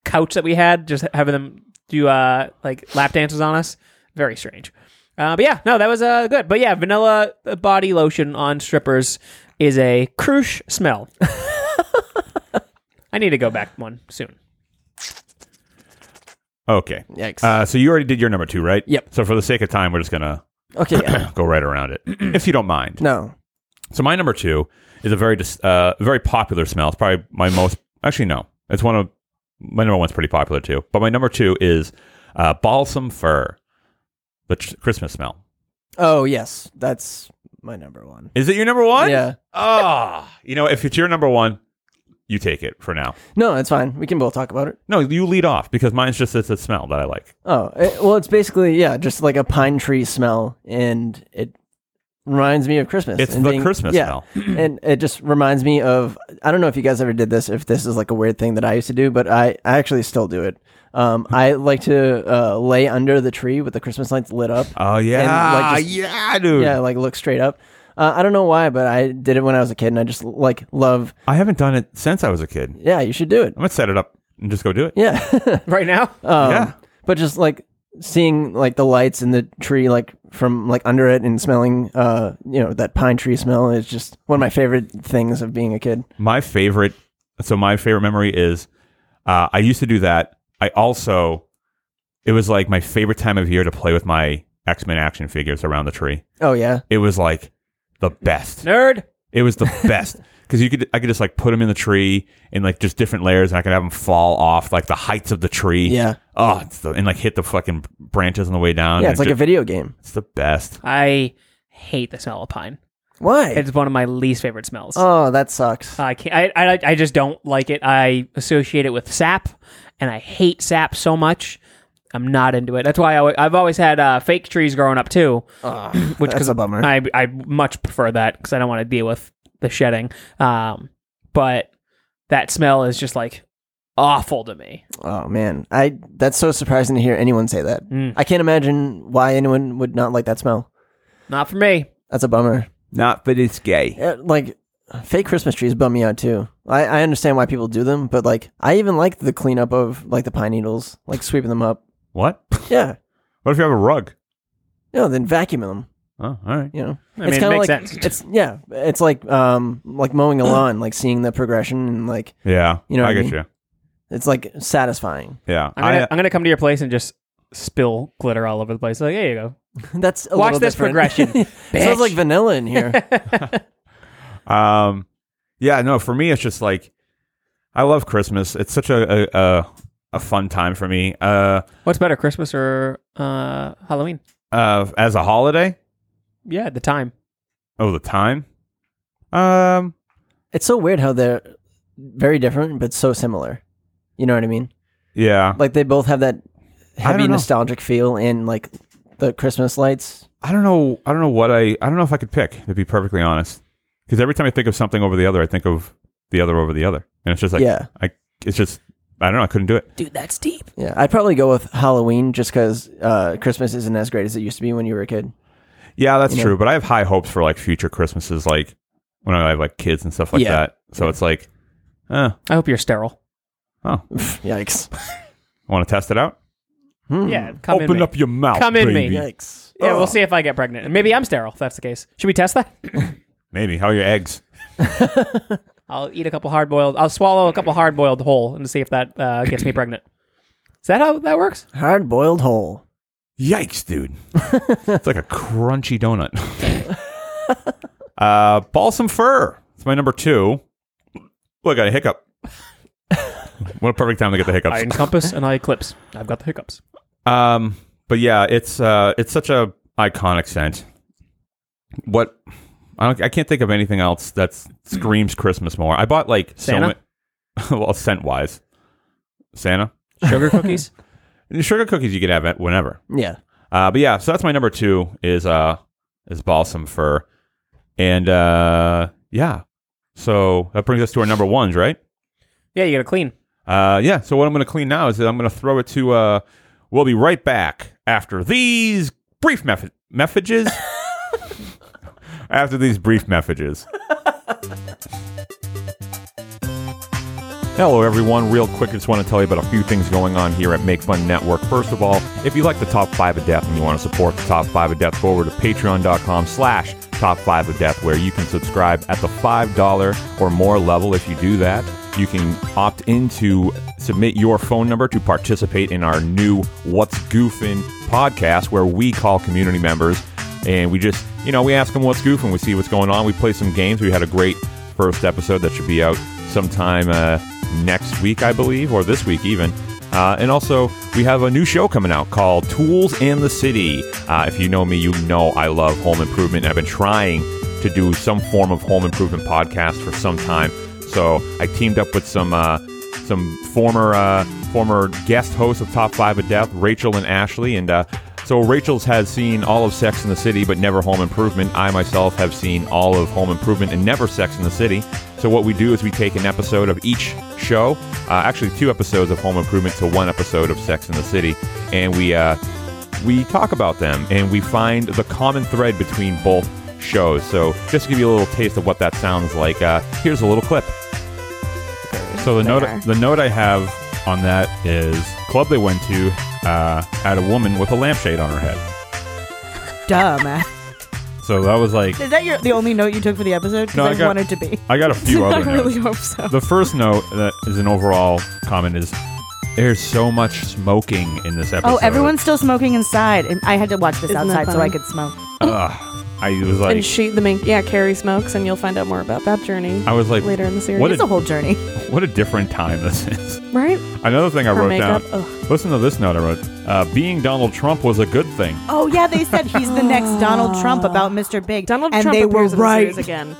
Speaker 3: couch that we had, just having them do uh like lap dances on us, very strange. Uh, but yeah, no, that was uh good. But yeah, vanilla uh, body lotion on strippers is a crush smell. I need to go back one soon.
Speaker 2: okay.
Speaker 1: Yikes.
Speaker 2: Uh, so you already did your number two, right?
Speaker 1: Yep.
Speaker 2: So for the sake of time, we're just going to
Speaker 1: okay. Yeah.
Speaker 2: go right around it, if you don't mind.
Speaker 1: No.
Speaker 2: So my number two is a very dis- uh, very popular smell. It's probably my most. Actually, no, it's one of my number one's pretty popular too. But my number two is uh, balsam fir, the tr- Christmas smell.
Speaker 1: Oh yes, that's my number one.
Speaker 2: Is it your number one?
Speaker 1: Yeah.
Speaker 2: Ah, you know, if it's your number one, you take it for now.
Speaker 1: No, it's fine. We can both talk about it.
Speaker 2: No, you lead off because mine's just it's a smell that I like.
Speaker 1: Oh it- well, it's basically yeah, just like a pine tree smell, and it reminds me of Christmas.
Speaker 2: It's
Speaker 1: and
Speaker 2: the Christmas
Speaker 1: yeah,
Speaker 2: smell.
Speaker 1: and it just reminds me of I don't know if you guys ever did this. If this is like a weird thing that I used to do, but I, I actually still do it. Um, I like to uh, lay under the tree with the Christmas lights lit up.
Speaker 2: Oh
Speaker 1: yeah,
Speaker 2: yeah, yeah, dude.
Speaker 1: yeah, like look straight up. Uh, I don't know why, but I did it when I was a kid, and I just like love.
Speaker 2: I haven't done it since I was a kid. I'm
Speaker 1: Yeah, you should do it.
Speaker 2: gonna set it up and just go do it.
Speaker 1: Yeah.
Speaker 3: Right now,
Speaker 1: Um,
Speaker 2: Yeah.
Speaker 1: But just like seeing like the lights in the tree, like from like under it, and smelling, uh, you know, that pine tree smell is just one of my favorite things of being a kid.
Speaker 2: My favorite. So my favorite memory is uh, I used to do that. I also it was like my favorite time of year to play with my X Men action figures around the tree.
Speaker 1: Oh yeah,
Speaker 2: It was like the best.
Speaker 3: nerd.
Speaker 2: It was the best because you could I could just like put them in the tree in like just different layers, and I could have them fall off like the heights of the tree.
Speaker 1: Yeah.
Speaker 2: Oh, it's the, and like hit the fucking branches on the way down.
Speaker 1: yeah.
Speaker 2: and
Speaker 1: It's like
Speaker 2: ju-
Speaker 1: a video game.
Speaker 2: It's the best.
Speaker 3: I hate the smell of pine.
Speaker 1: Why?
Speaker 3: It's one of my least favorite smells.
Speaker 1: oh, that sucks.
Speaker 3: I can't. I, I I just don't like it. I associate it with sap, and I hate sap so much. I'm not into it. That's why I, alwa- I've always had uh, fake trees growing up too, which
Speaker 1: That's a bummer.
Speaker 3: I I much prefer that because I don't want to deal with the shedding. Um, but that smell is just like awful to me.
Speaker 1: oh man, I that's so surprising to hear anyone say that.
Speaker 3: Mm.
Speaker 1: I can't imagine why anyone would not like that smell.
Speaker 3: Not for me.
Speaker 1: That's a bummer.
Speaker 2: Not, but it's gay.
Speaker 1: Yeah, like fake Christmas trees bum me out too. I, I understand why people do them, but like I even like the cleanup of like the pine needles, like sweeping them up.
Speaker 2: What?
Speaker 1: Yeah.
Speaker 2: What if you have a rug?
Speaker 1: No, then vacuum them.
Speaker 2: Oh, all right.
Speaker 1: You know,
Speaker 3: I mean, it
Speaker 1: kinda
Speaker 3: makes
Speaker 1: like,
Speaker 3: sense.
Speaker 1: It's yeah, it's like um, like mowing a lawn, like seeing the progression and like
Speaker 2: Yeah.
Speaker 1: You know what
Speaker 2: I
Speaker 1: I
Speaker 2: get
Speaker 1: mean?
Speaker 2: you.
Speaker 1: it's like satisfying.
Speaker 2: Yeah.
Speaker 3: I'm gonna,
Speaker 2: I- uh,
Speaker 3: I, am gonna come to your place and just spill glitter all over the place. Like, there you go.
Speaker 1: That's a
Speaker 3: Watch
Speaker 1: little
Speaker 3: this
Speaker 1: different.
Speaker 3: progression,
Speaker 1: Sounds like vanilla in here.
Speaker 2: Um, yeah, no, for me, it's just like I love Christmas. It's such a a, a, a fun time for me. Uh,
Speaker 3: What's better, Christmas or uh, Halloween?
Speaker 2: uh, as a holiday,
Speaker 3: Yeah, the time.
Speaker 2: oh, the time. Um,
Speaker 1: it's so weird how they're very different but so similar. You know what I mean?
Speaker 2: yeah,
Speaker 1: Like they both have that heavy
Speaker 2: know.
Speaker 1: nostalgic feel and like the Christmas lights.
Speaker 2: I don't know. I don't know what I. I don't know if I could pick. To be perfectly honest, because every time I think of something over the other, I think of the other over the other, and it's just like
Speaker 1: Yeah.
Speaker 2: I. It's just I don't know. I couldn't do it.
Speaker 9: Dude, that's deep.
Speaker 1: Yeah, I'd probably go with Halloween just because uh, Christmas isn't as great as it used to be when you were a kid.
Speaker 2: Yeah, that's
Speaker 1: You know?
Speaker 2: true. But I have high hopes for like future Christmases, like when I have like kids and stuff like
Speaker 1: Yeah.
Speaker 2: that. So it's like, eh,
Speaker 3: I hope you're sterile.
Speaker 2: oh,
Speaker 1: Yikes!
Speaker 2: want to test it out?
Speaker 1: Hmm.
Speaker 3: Yeah, come in
Speaker 2: Mm. Open
Speaker 3: me.
Speaker 2: up your mouth.
Speaker 3: Come in me.
Speaker 2: baby.
Speaker 1: Yikes!
Speaker 3: Yeah,
Speaker 1: Ugh.
Speaker 3: we'll see if I get pregnant. And Maybe I'm sterile. If that's the case, should we test that?
Speaker 2: Maybe. How are your eggs?
Speaker 3: I'll eat a couple hard boiled. I'll swallow a couple hard boiled whole and see if that uh, gets me pregnant. Is that how that works?
Speaker 1: Hard boiled hole.
Speaker 2: Yikes, dude. it's like a crunchy donut. uh, balsam fir. It's my number two. Look, I got a hiccup. what a perfect time to get the
Speaker 3: I
Speaker 2: hiccups.
Speaker 3: encompass and I eclipse. I've got the hiccups.
Speaker 2: Um, but yeah, it's uh, it's such a iconic scent. What I don't, I can't think of anything else that screams Christmas more. I bought like
Speaker 3: Santa?
Speaker 2: so many, well, scent wise, Santa
Speaker 3: Sugar cookies.
Speaker 2: And sugar cookies you can have at whenever.
Speaker 1: Yeah.
Speaker 2: Uh, but yeah, so that's my number two is uh is balsam fir, and uh yeah, so that brings us to our number ones, right?
Speaker 3: Yeah, you got to clean.
Speaker 2: Uh, yeah. So what I'm going to clean now is that I'm going to throw it to. Uh, we'll be right back after these brief mef- messages. after these brief messages. Hello, everyone. Real quick, just want to tell you about a few things going on here at Make Fun Network. First of all, if you like the Top 5 of Death and you want to support the Top 5 of Death, go over to patreon.com slash Top 5 of Death, where you can subscribe at the $5 or more level. If you do that, you can opt in to submit your phone number to participate in our new What's Goofin' podcast, where we call community members and we just, you know, we ask them what's goofing. We see what's going on. We play some games. We had a great first episode that should be out sometime uh, next week, I believe, or this week even. Uh, and also, we have a new show coming out called Tools in the City. Uh, if you know me, you know I love home improvement. and I've been trying to do some form of home improvement podcast for some time. So I teamed up with some uh, some former uh, former guest hosts of Top Five of Death, Rachel and Ashley, and uh, so Rachel's has seen all of Sex in the City, but never Home Improvement. I myself have seen all of Home Improvement and never Sex in the City. So what we do is we take an episode of each show, uh, actually two episodes of Home Improvement to one episode of Sex in the City, and we. Uh, we talk about them and we find the common thread between both shows. So, just to give you a little taste of what that sounds like, uh, here's a little clip. So the note the note I have on that is club they went to uh, had a woman with a lampshade on her head.
Speaker 10: Duh, Matt.
Speaker 2: So that was like
Speaker 10: Is that your the only note you took for the episode? Because
Speaker 2: No, I
Speaker 10: I,
Speaker 2: got-
Speaker 10: wanted to be.
Speaker 2: I got a few
Speaker 10: I
Speaker 2: other notes.
Speaker 10: really hope so.
Speaker 2: the first note that is an overall comment is there's so much smoking in this episode.
Speaker 10: Oh, everyone's still smoking inside, and I had to watch this
Speaker 11: Isn't that
Speaker 10: outside so I
Speaker 11: funny?
Speaker 10: could smoke.
Speaker 2: Ugh. I was like
Speaker 11: and she, the main, yeah, Carrie smokes, and you'll find out more about that journey
Speaker 2: I was like
Speaker 11: later in the series.
Speaker 2: what
Speaker 10: It's a whole journey.
Speaker 2: a, what a different time this is.
Speaker 11: right?
Speaker 2: Another thing I
Speaker 11: Her
Speaker 2: wrote
Speaker 11: makeup.
Speaker 2: down.
Speaker 11: Ugh.
Speaker 2: Listen to this note I wrote. Uh, being Donald Trump was a good thing.
Speaker 10: Oh yeah, they said he's the next Donald Trump about Mr. Big.
Speaker 11: Donald
Speaker 10: and
Speaker 11: Trump
Speaker 10: they were
Speaker 11: appears in the
Speaker 10: right.
Speaker 11: series again.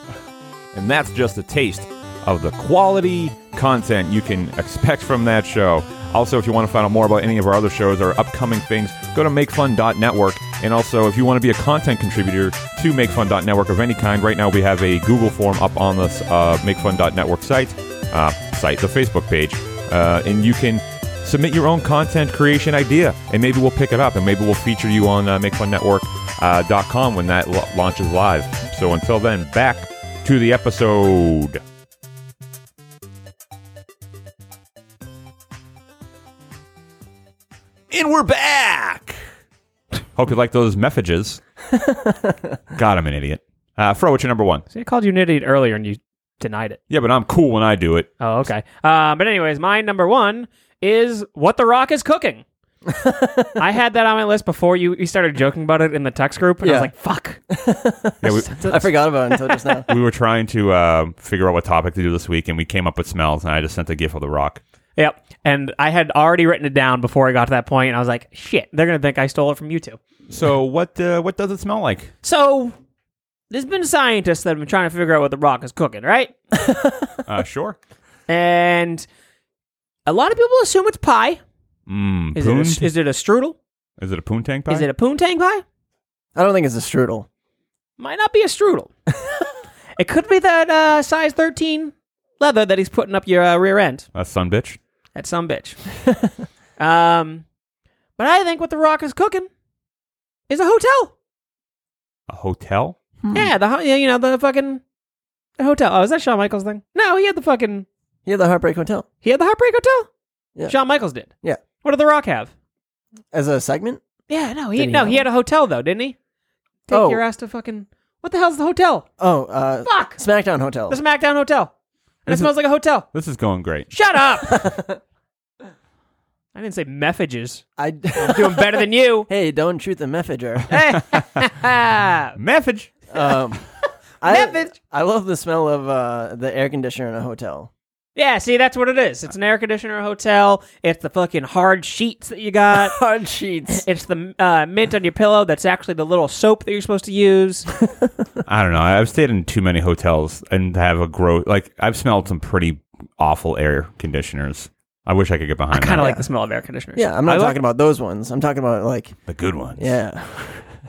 Speaker 2: And that's just a taste of the quality content you can expect from that show. Also, if you want to find out more about any of our other shows or upcoming things, go to makefun.network. And also, if you want to be a content contributor to makefun.network of any kind, right now we have a Google form up on the uh, makefun.network site, uh, site, the Facebook page. Uh, and you can submit your own content creation idea, and maybe we'll pick it up, and maybe we'll feature you on uh, makefunnetwork.com when that lo- launches live. So until then, back to the episode. And we're back. Hope you like those messages. God, I'm an idiot. Uh, Fro, what's your number one?
Speaker 3: See, I called you an idiot earlier and you denied it.
Speaker 2: Yeah, but I'm cool when I do it.
Speaker 3: Oh, okay. Uh, but anyways, my number one is what The Rock is cooking. I had that on my list before you, you started joking about it in the text group, and I was
Speaker 1: Yeah.
Speaker 3: like, "Fuck!"
Speaker 2: Yeah, we,
Speaker 1: I forgot about it until just now.
Speaker 2: we were trying to uh, figure out what topic to do this week, and we came up with smells, and I just sent a gif of the rock.
Speaker 3: Yep. And I had already written it down before I got to that point, and I was like, "Shit, they're gonna think I stole it from you two.
Speaker 2: So what uh, what does it smell like?
Speaker 3: So there's been scientists that have been trying to figure out what the rock is cooking, right?
Speaker 2: Uh, sure.
Speaker 3: And a lot of people assume it's pie.
Speaker 2: Mm,
Speaker 3: Is it, a,
Speaker 2: poon-
Speaker 3: is it a strudel?
Speaker 2: is it a poontang pie?
Speaker 3: Is it a poontang pie?
Speaker 1: I don't think it's a strudel.
Speaker 3: Might not be a strudel. it could be that uh, size 13 leather that he's putting up your uh, rear end.
Speaker 2: That's son bitch.
Speaker 3: That's some bitch. um, but I think what The Rock is cooking is a hotel.
Speaker 2: A hotel?
Speaker 3: Yeah, the ho- yeah, you know the fucking the hotel. Oh, is that Shawn Michaels thing? No, he had the fucking
Speaker 1: Yeah, the Heartbreak Hotel.
Speaker 3: he had the Heartbreak Hotel.
Speaker 1: Yeah.
Speaker 3: Shawn Michaels did.
Speaker 1: Yeah.
Speaker 3: What did The Rock have?
Speaker 1: As a segment?
Speaker 3: Yeah, no, he
Speaker 1: Did he
Speaker 3: no,
Speaker 1: have
Speaker 3: he had a hotel though, didn't he? Take
Speaker 1: Oh.
Speaker 3: your ass to fucking what the hell's the hotel?
Speaker 1: Oh, uh,
Speaker 3: Fuck
Speaker 1: SmackDown Hotel.
Speaker 3: the SmackDown hotel. And it smells like a hotel.
Speaker 2: This is going great.
Speaker 3: Shut up. I didn't say messages.
Speaker 1: I,
Speaker 3: I'm doing better than you.
Speaker 1: hey, don't shoot the messenger.
Speaker 3: Message.
Speaker 2: Message.
Speaker 1: Um, I,
Speaker 3: Message.
Speaker 1: I love the smell of uh, the air conditioner in a hotel.
Speaker 3: Yeah, see, that's what it is. It's an air conditioner hotel. It's the fucking hard sheets that you got.
Speaker 1: Hard sheets.
Speaker 3: It's the uh, mint on your pillow that's actually the little soap that you're supposed to use.
Speaker 2: I don't know. I've stayed in too many hotels and have a gross. Like I've smelled some pretty awful air conditioners. I wish I could get behind.
Speaker 3: kind
Speaker 2: that.
Speaker 3: of like the smell of air conditioners.
Speaker 1: Yeah, I'm
Speaker 3: I
Speaker 1: not
Speaker 3: like-
Speaker 1: talking about those ones. I'm talking about like,
Speaker 2: the good ones.
Speaker 1: yeah.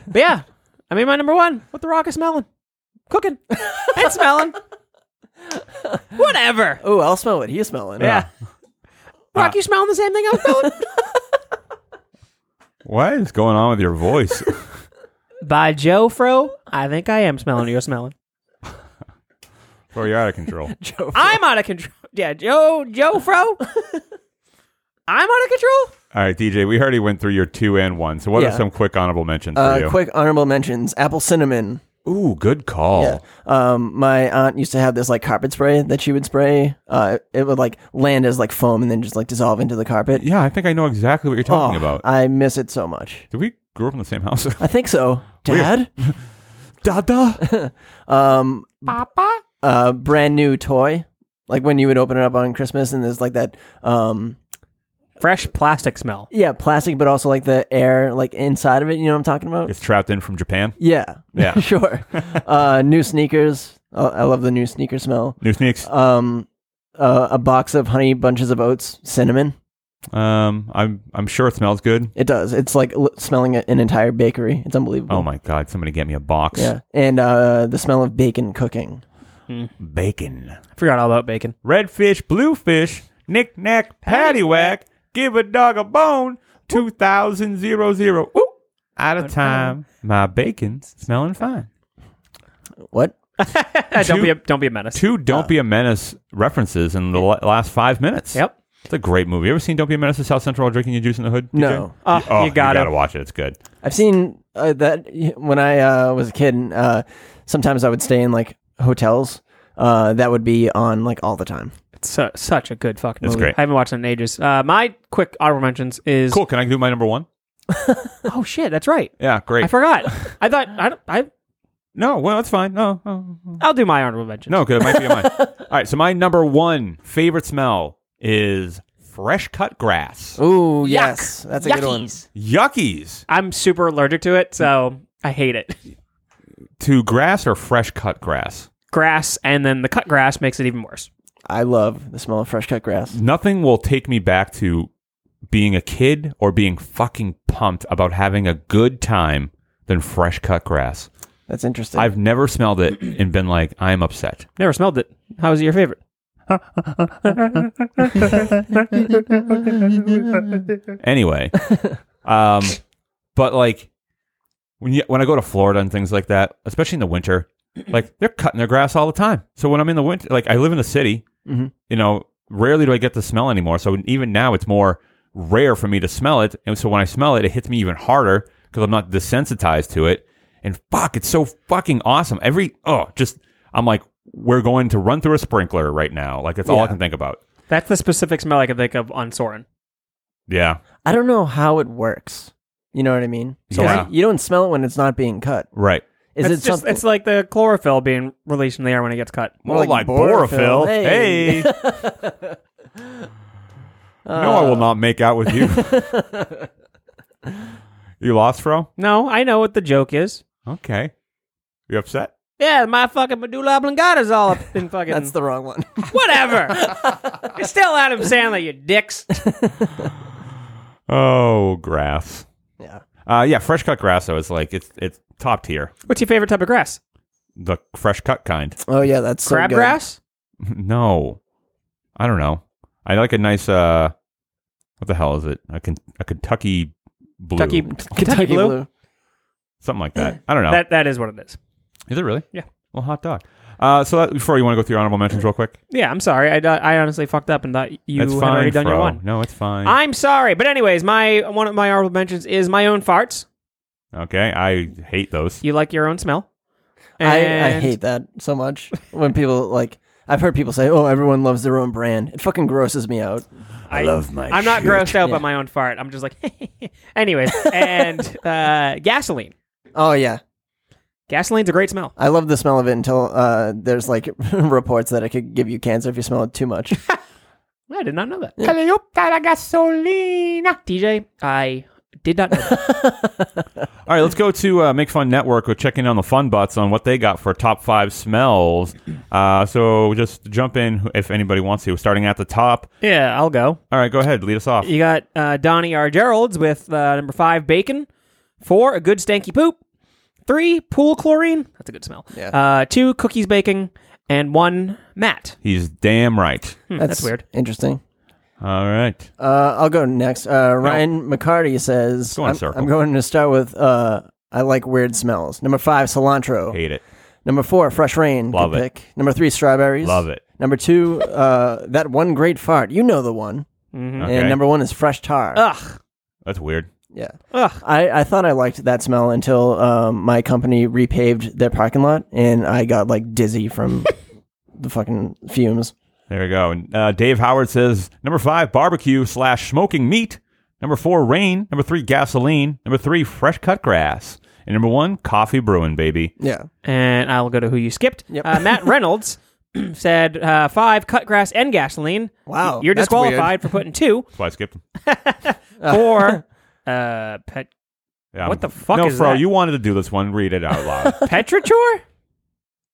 Speaker 3: But yeah, I mean, my number one, what the rock is smelling, cooking and smelling. Whatever.
Speaker 1: Oh, I'll smell what he's smelling.
Speaker 3: Yeah.
Speaker 1: Uh.
Speaker 3: Rock, you smelling the same thing I was smelling?
Speaker 2: What is going on with your voice?
Speaker 3: By Joe Fro, I think I am smelling what you're smelling.
Speaker 2: Bro, you're out of control.
Speaker 1: Joe.
Speaker 3: I'm out of control. Yeah, Joe, Joe Fro. I'm out of control.
Speaker 2: All right, DJ, we already went through your two and one. So what are
Speaker 1: Yeah.
Speaker 2: some quick honorable mentions for
Speaker 1: Uh,
Speaker 2: you?
Speaker 1: quick honorable mentions: apple cinnamon.
Speaker 2: Ooh, good call.
Speaker 1: Yeah. Um, my aunt used to have this like carpet spray that she would spray. Uh, it would like land as like foam and then just like dissolve into the carpet.
Speaker 2: Yeah, I think I know exactly what you're talking
Speaker 1: Oh,
Speaker 2: about.
Speaker 1: I miss it so much.
Speaker 2: Did we grow up in the same house?
Speaker 1: I think so.
Speaker 2: Weird.
Speaker 1: Dad.
Speaker 2: Dada.
Speaker 1: Um,
Speaker 3: Papa?
Speaker 1: a brand new toy. Like when you would open it up on Christmas and there's like that, um,
Speaker 3: Fresh plastic smell.
Speaker 1: yeah, plastic, but also like the air like inside of it. You know what I'm talking about?
Speaker 2: It's trapped in from Japan.
Speaker 1: Yeah.
Speaker 2: Yeah.
Speaker 1: sure. uh, new sneakers. Uh, I love the new sneaker smell.
Speaker 2: New sneaks.
Speaker 1: Um, uh, a box of honey bunches of oats, cinnamon. Uh,
Speaker 2: Um, I'm I'm sure it smells good.
Speaker 1: It does. It's like l- smelling a- an entire bakery. It's unbelievable.
Speaker 2: Oh my god, somebody get me a box.
Speaker 1: Yeah, and uh, the smell of bacon cooking.
Speaker 2: Bacon.
Speaker 3: I forgot all about bacon.
Speaker 2: Redfish, bluefish, knick-knack, paddywhack, give a dog a bone, 2000 zero zero. Ooh, out of time, my bacon's smelling fine.
Speaker 1: What?
Speaker 3: don't be a don't be a menace.
Speaker 2: Two Don't Be a Menace references in the la- last five minutes.
Speaker 3: Yep.
Speaker 2: It's a great movie. You ever seen Don't Be a Menace to South Central while drinking your juice in the hood? DJ?
Speaker 1: No.
Speaker 3: Oh, you gotta.
Speaker 2: watch it. It's good.
Speaker 1: I've seen uh, that when I uh, was a kid. And, uh, sometimes I would stay in like hotels. Uh, that would be on like all the time.
Speaker 3: It's su- such a good fucking
Speaker 2: It's
Speaker 3: movie.
Speaker 2: great.
Speaker 3: I haven't watched it in ages. Uh, my quick honorable mentions is
Speaker 2: Cool. Can I do my number one?
Speaker 3: oh shit, that's right.
Speaker 2: Yeah, great.
Speaker 3: I forgot. I thought I don't, I
Speaker 2: no, well, that's fine. No, oh, oh.
Speaker 3: I'll do my honorable mentions.
Speaker 2: no, good. It might be mine. All right. So my number one favorite smell is fresh cut grass.
Speaker 1: Ooh, yes, that's a good one.
Speaker 9: Yuckies.
Speaker 2: Yuckies.
Speaker 3: I'm super allergic to it, so I hate it.
Speaker 2: To grass or fresh cut grass?
Speaker 3: Grass and then the cut grass makes it even worse.
Speaker 1: I love the smell of fresh cut grass.
Speaker 2: Nothing will take me back to being a kid or being fucking pumped about having a good time than fresh cut grass.
Speaker 1: That's interesting.
Speaker 2: I've never smelled it and been like, I'm upset.
Speaker 3: Never smelled it. How is it your favorite?
Speaker 2: Anyway, um, but like when you, when I go to Florida and things like that, especially in the winter, like they're cutting their grass all the time. So when I'm in the winter, like I live in the city,
Speaker 1: Mhm.
Speaker 2: you know, rarely do I get to smell anymore. So even now, it's more rare for me to smell it, and so when I smell it, it hits me even harder because I'm not desensitized to it. And fuck, it's so fucking awesome. Every oh, just I'm like, we're going to run through a sprinkler right now. Like that's all I
Speaker 3: Yeah.
Speaker 2: can think about.
Speaker 3: That's the specific smell I can think of on Soren.
Speaker 2: Yeah.
Speaker 1: I don't know how it works. You know what I mean? So
Speaker 3: Yeah.
Speaker 1: like, you don't smell it when it's not being cut.
Speaker 2: Right.
Speaker 1: Is
Speaker 3: it's
Speaker 1: it something
Speaker 3: It's like the chlorophyll being released in the air when it gets cut.
Speaker 1: More like like borophyl. borophyl. Hey. Hey.
Speaker 2: no, I will not make out with you. you lost, bro?
Speaker 3: No, I know what the joke is.
Speaker 2: Okay. You upset?
Speaker 3: Yeah, my fucking medulla oblongata's all up in fucking.
Speaker 1: That's the wrong one.
Speaker 3: Whatever. it's still Adam Sandler, you dicks.
Speaker 2: Oh, grass.
Speaker 1: Yeah.
Speaker 2: Uh, yeah, fresh cut grass though is like it's it's top tier.
Speaker 3: What's your favorite type of grass?
Speaker 2: The fresh cut kind.
Speaker 1: Oh yeah, that's so good.
Speaker 3: Crabgrass?
Speaker 2: No, I don't know. I like a nice uh, what the hell is it? A, Ken- a Kentucky blue, Oh.
Speaker 3: Kentucky, Kentucky blue.
Speaker 2: something like that. I don't know.
Speaker 3: That that is what it is.
Speaker 2: Is it really?
Speaker 3: Yeah.
Speaker 2: Well, hot dog. Uh, so that, before you want to go through your honorable mentions real quick,
Speaker 3: Yeah, I'm sorry. I, I honestly fucked up and thought you
Speaker 2: That's
Speaker 3: had
Speaker 2: fine,
Speaker 3: already done your
Speaker 2: Fro.
Speaker 3: one.
Speaker 2: No, it's fine.
Speaker 3: I'm sorry, but anyways, my one of my honorable mentions is my own farts.
Speaker 2: okay, I hate those.
Speaker 3: You like your own smell.
Speaker 1: I, I
Speaker 3: And-
Speaker 1: hate that so much. When people like, I've heard people say, "Oh, everyone loves their own brand." It fucking grosses me out.
Speaker 3: I, I'm not grossed out by my own fart. I'm just like, anyways, and uh, gasoline.
Speaker 1: Oh yeah,
Speaker 3: Gasoline's a great smell.
Speaker 1: I love the smell of it until uh, there's like reports that it could give you cancer if you smell it too much.
Speaker 3: I did not know that. Caliucca la gasolina. DJ, I did not know that.
Speaker 2: All right, let's go to uh, Make Fun Network. We're checking on the Fun Butts on what they got for top five smells. Uh, so just jump in if anybody wants to. Starting at the top.
Speaker 3: yeah, I'll go.
Speaker 2: All right, go ahead, lead us off.
Speaker 3: You got uh, Donnie R. Gerald's with uh, number five, bacon. Four, a good stanky poop. Three, pool chlorine. That's a good smell.
Speaker 1: Yeah.
Speaker 3: Uh, two, cookies baking. And one, Matt.
Speaker 2: He's damn right.
Speaker 3: Hmm, that's, weird.
Speaker 1: Interesting.
Speaker 3: Hmm.
Speaker 2: All right.
Speaker 1: Uh, I'll go next. Uh, Ryan McCarty says,
Speaker 2: Go in
Speaker 1: I'm,
Speaker 2: circle.
Speaker 1: I'm going to start with uh, I like weird smells. Number five, cilantro.
Speaker 2: Hate it.
Speaker 1: Number four, fresh rain.
Speaker 2: Love
Speaker 1: Good
Speaker 2: it.
Speaker 1: pick. Number three, strawberries.
Speaker 2: Love it.
Speaker 1: Number two, uh, that one great fart. You know the one.
Speaker 3: Mm-hmm.
Speaker 2: Okay. Ah.
Speaker 1: And number one is fresh tar.
Speaker 3: Ugh.
Speaker 2: That's weird.
Speaker 1: Yeah.
Speaker 3: Ugh.
Speaker 1: I, I thought I liked that smell until um, my company repaved their parking lot and I got like dizzy from the fucking fumes.
Speaker 2: There we go. And uh, Dave Howard says number five, barbecue slash smoking meat. Number four, rain. Number three, gasoline. Number three, fresh cut grass. And number one, coffee brewing, baby.
Speaker 1: Yeah.
Speaker 3: And I'll go to who you skipped.
Speaker 1: Yep.
Speaker 3: Uh, Matt Reynolds said uh, five, cut grass and gasoline.
Speaker 1: Wow,
Speaker 3: You're
Speaker 1: that's
Speaker 3: disqualified for putting two.
Speaker 2: That's why I skipped him.
Speaker 3: Four, uh, pet,
Speaker 2: Yeah.
Speaker 3: What the fuck
Speaker 2: no,
Speaker 3: is
Speaker 2: Fro,
Speaker 3: that?
Speaker 2: you wanted to do this one. Read it out loud.
Speaker 3: Petrichor?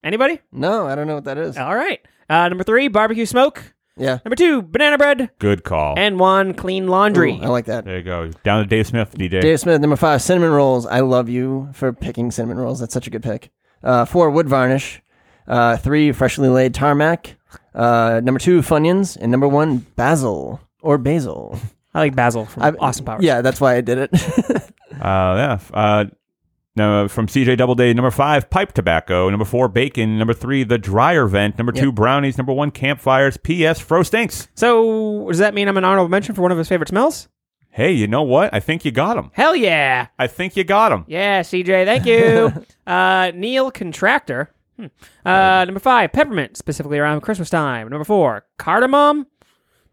Speaker 3: Anybody?
Speaker 1: No, I don't know what that is.
Speaker 3: All right. Uh, number three, barbecue smoke.
Speaker 1: Yeah.
Speaker 3: Number two, banana bread.
Speaker 2: Good call.
Speaker 3: And one, clean laundry.
Speaker 1: Ooh, I like that.
Speaker 2: there you go. Down to Dave Smith, DJ.
Speaker 1: Dave Smith, number five, cinnamon rolls. I love you for picking cinnamon rolls. That's such a good pick. Uh, four, wood varnish. Uh, three, freshly laid tarmac. Uh, number two, funyuns. And number one, basil or basil.
Speaker 3: I like basil from
Speaker 1: I've-
Speaker 3: Austin Powers.
Speaker 1: Yeah, that's why I did it.
Speaker 2: Uh, yeah. f- Uh, no, from CJ Doubleday, number five, pipe tobacco. Number four, bacon. Number three, the dryer vent. Number two, brownies. Number one, campfires. P.S. Fro stinks.
Speaker 3: So does that mean I'm an honorable mention for one of his favorite smells?
Speaker 2: Hey, you know what? I think you got him.
Speaker 3: Hell yeah.
Speaker 2: I think you got him.
Speaker 3: Yeah, CJ, thank you. uh, Neil Contractor. Hmm. Uh, number five, peppermint, specifically around Christmas time. Number four, cardamom.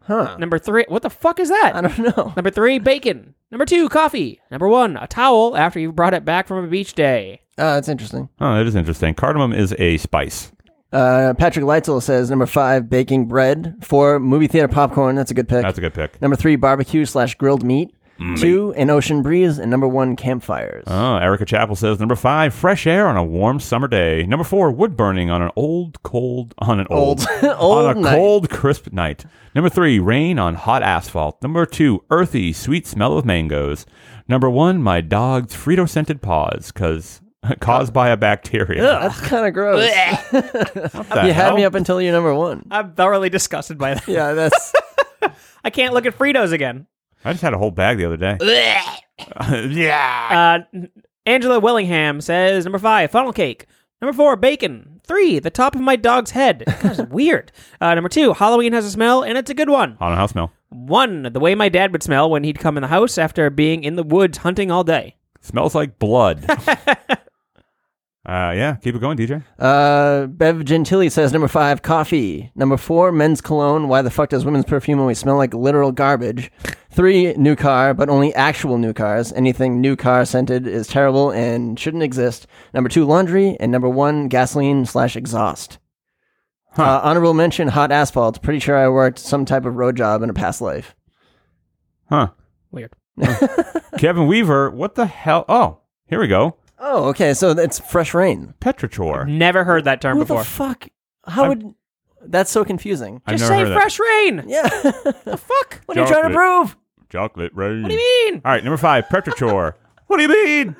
Speaker 1: huh.
Speaker 3: Number three, what the fuck is that?
Speaker 1: I don't know.
Speaker 3: Number three, bacon. Number two, coffee. Number one, a towel after you brought it back from a beach day.
Speaker 1: Uh, that's interesting.
Speaker 2: Oh, that is interesting. Cardamom is a spice.
Speaker 1: Uh, Patrick Leitzel says number five, baking bread. Four, movie theater popcorn. That's a good pick.
Speaker 2: That's a good pick.
Speaker 1: number three, barbecue slash grilled meat. Uh. Two, an ocean breeze. And number one, campfires.
Speaker 2: Oh, Erica Chappell says number five, fresh air on a warm summer day. Number four, wood burning on an old cold on an old,
Speaker 1: Old
Speaker 2: on a
Speaker 1: night.
Speaker 2: cold crisp night. Number three, rain on hot asphalt. Number two, earthy sweet smell of mangoes. Number one, my dog's Frito scented paws, cause caused by a bacteria.
Speaker 1: That's kind of gross.
Speaker 2: What the
Speaker 1: you had
Speaker 2: hell?
Speaker 1: me up until you're number one.
Speaker 3: I'm thoroughly disgusted by that.
Speaker 1: Yeah, that's
Speaker 3: I can't look at Fritos again.
Speaker 2: I just had a whole bag the other day. yeah.
Speaker 3: Uh, Angela Willingham says number five, funnel cake. Number four, bacon. Three, the top of my dog's head. That's weird. Uh, number two, Halloween has a smell, and it's a good one.
Speaker 2: I don't know how it smell.
Speaker 3: One, the way my dad would smell when he'd come in the house after being in the woods hunting all day.
Speaker 2: Smells like blood. Uh, yeah, keep it going, DJ.
Speaker 1: Uh, Bev Gentili says number five, coffee. Number four, men's cologne. Why the fuck does women's perfume always smell like literal garbage? Three, new car, but only actual new cars. Anything new car scented is terrible and shouldn't exist. Number two, laundry, and number one, gasoline slash exhaust. Uh, honorable mention, hot asphalt. Pretty sure I worked some type of road job in a past life.
Speaker 2: Huh.
Speaker 3: Weird.
Speaker 2: Kevin Weaver, what the hell? Oh, here we go.
Speaker 1: Oh, okay. So it's fresh rain.
Speaker 2: Petrichor.
Speaker 3: Never heard that term
Speaker 1: Who
Speaker 3: before.
Speaker 1: the fuck? How would? That's so confusing.
Speaker 2: I've
Speaker 3: Just
Speaker 2: never
Speaker 3: say
Speaker 2: heard that.
Speaker 3: fresh rain.
Speaker 1: Yeah.
Speaker 3: the fuck?
Speaker 1: What are you trying
Speaker 2: Chocolate.
Speaker 1: to prove?
Speaker 2: Chocolate rain. What
Speaker 3: do you mean?
Speaker 2: All right, number five, Petrichor. what do you mean?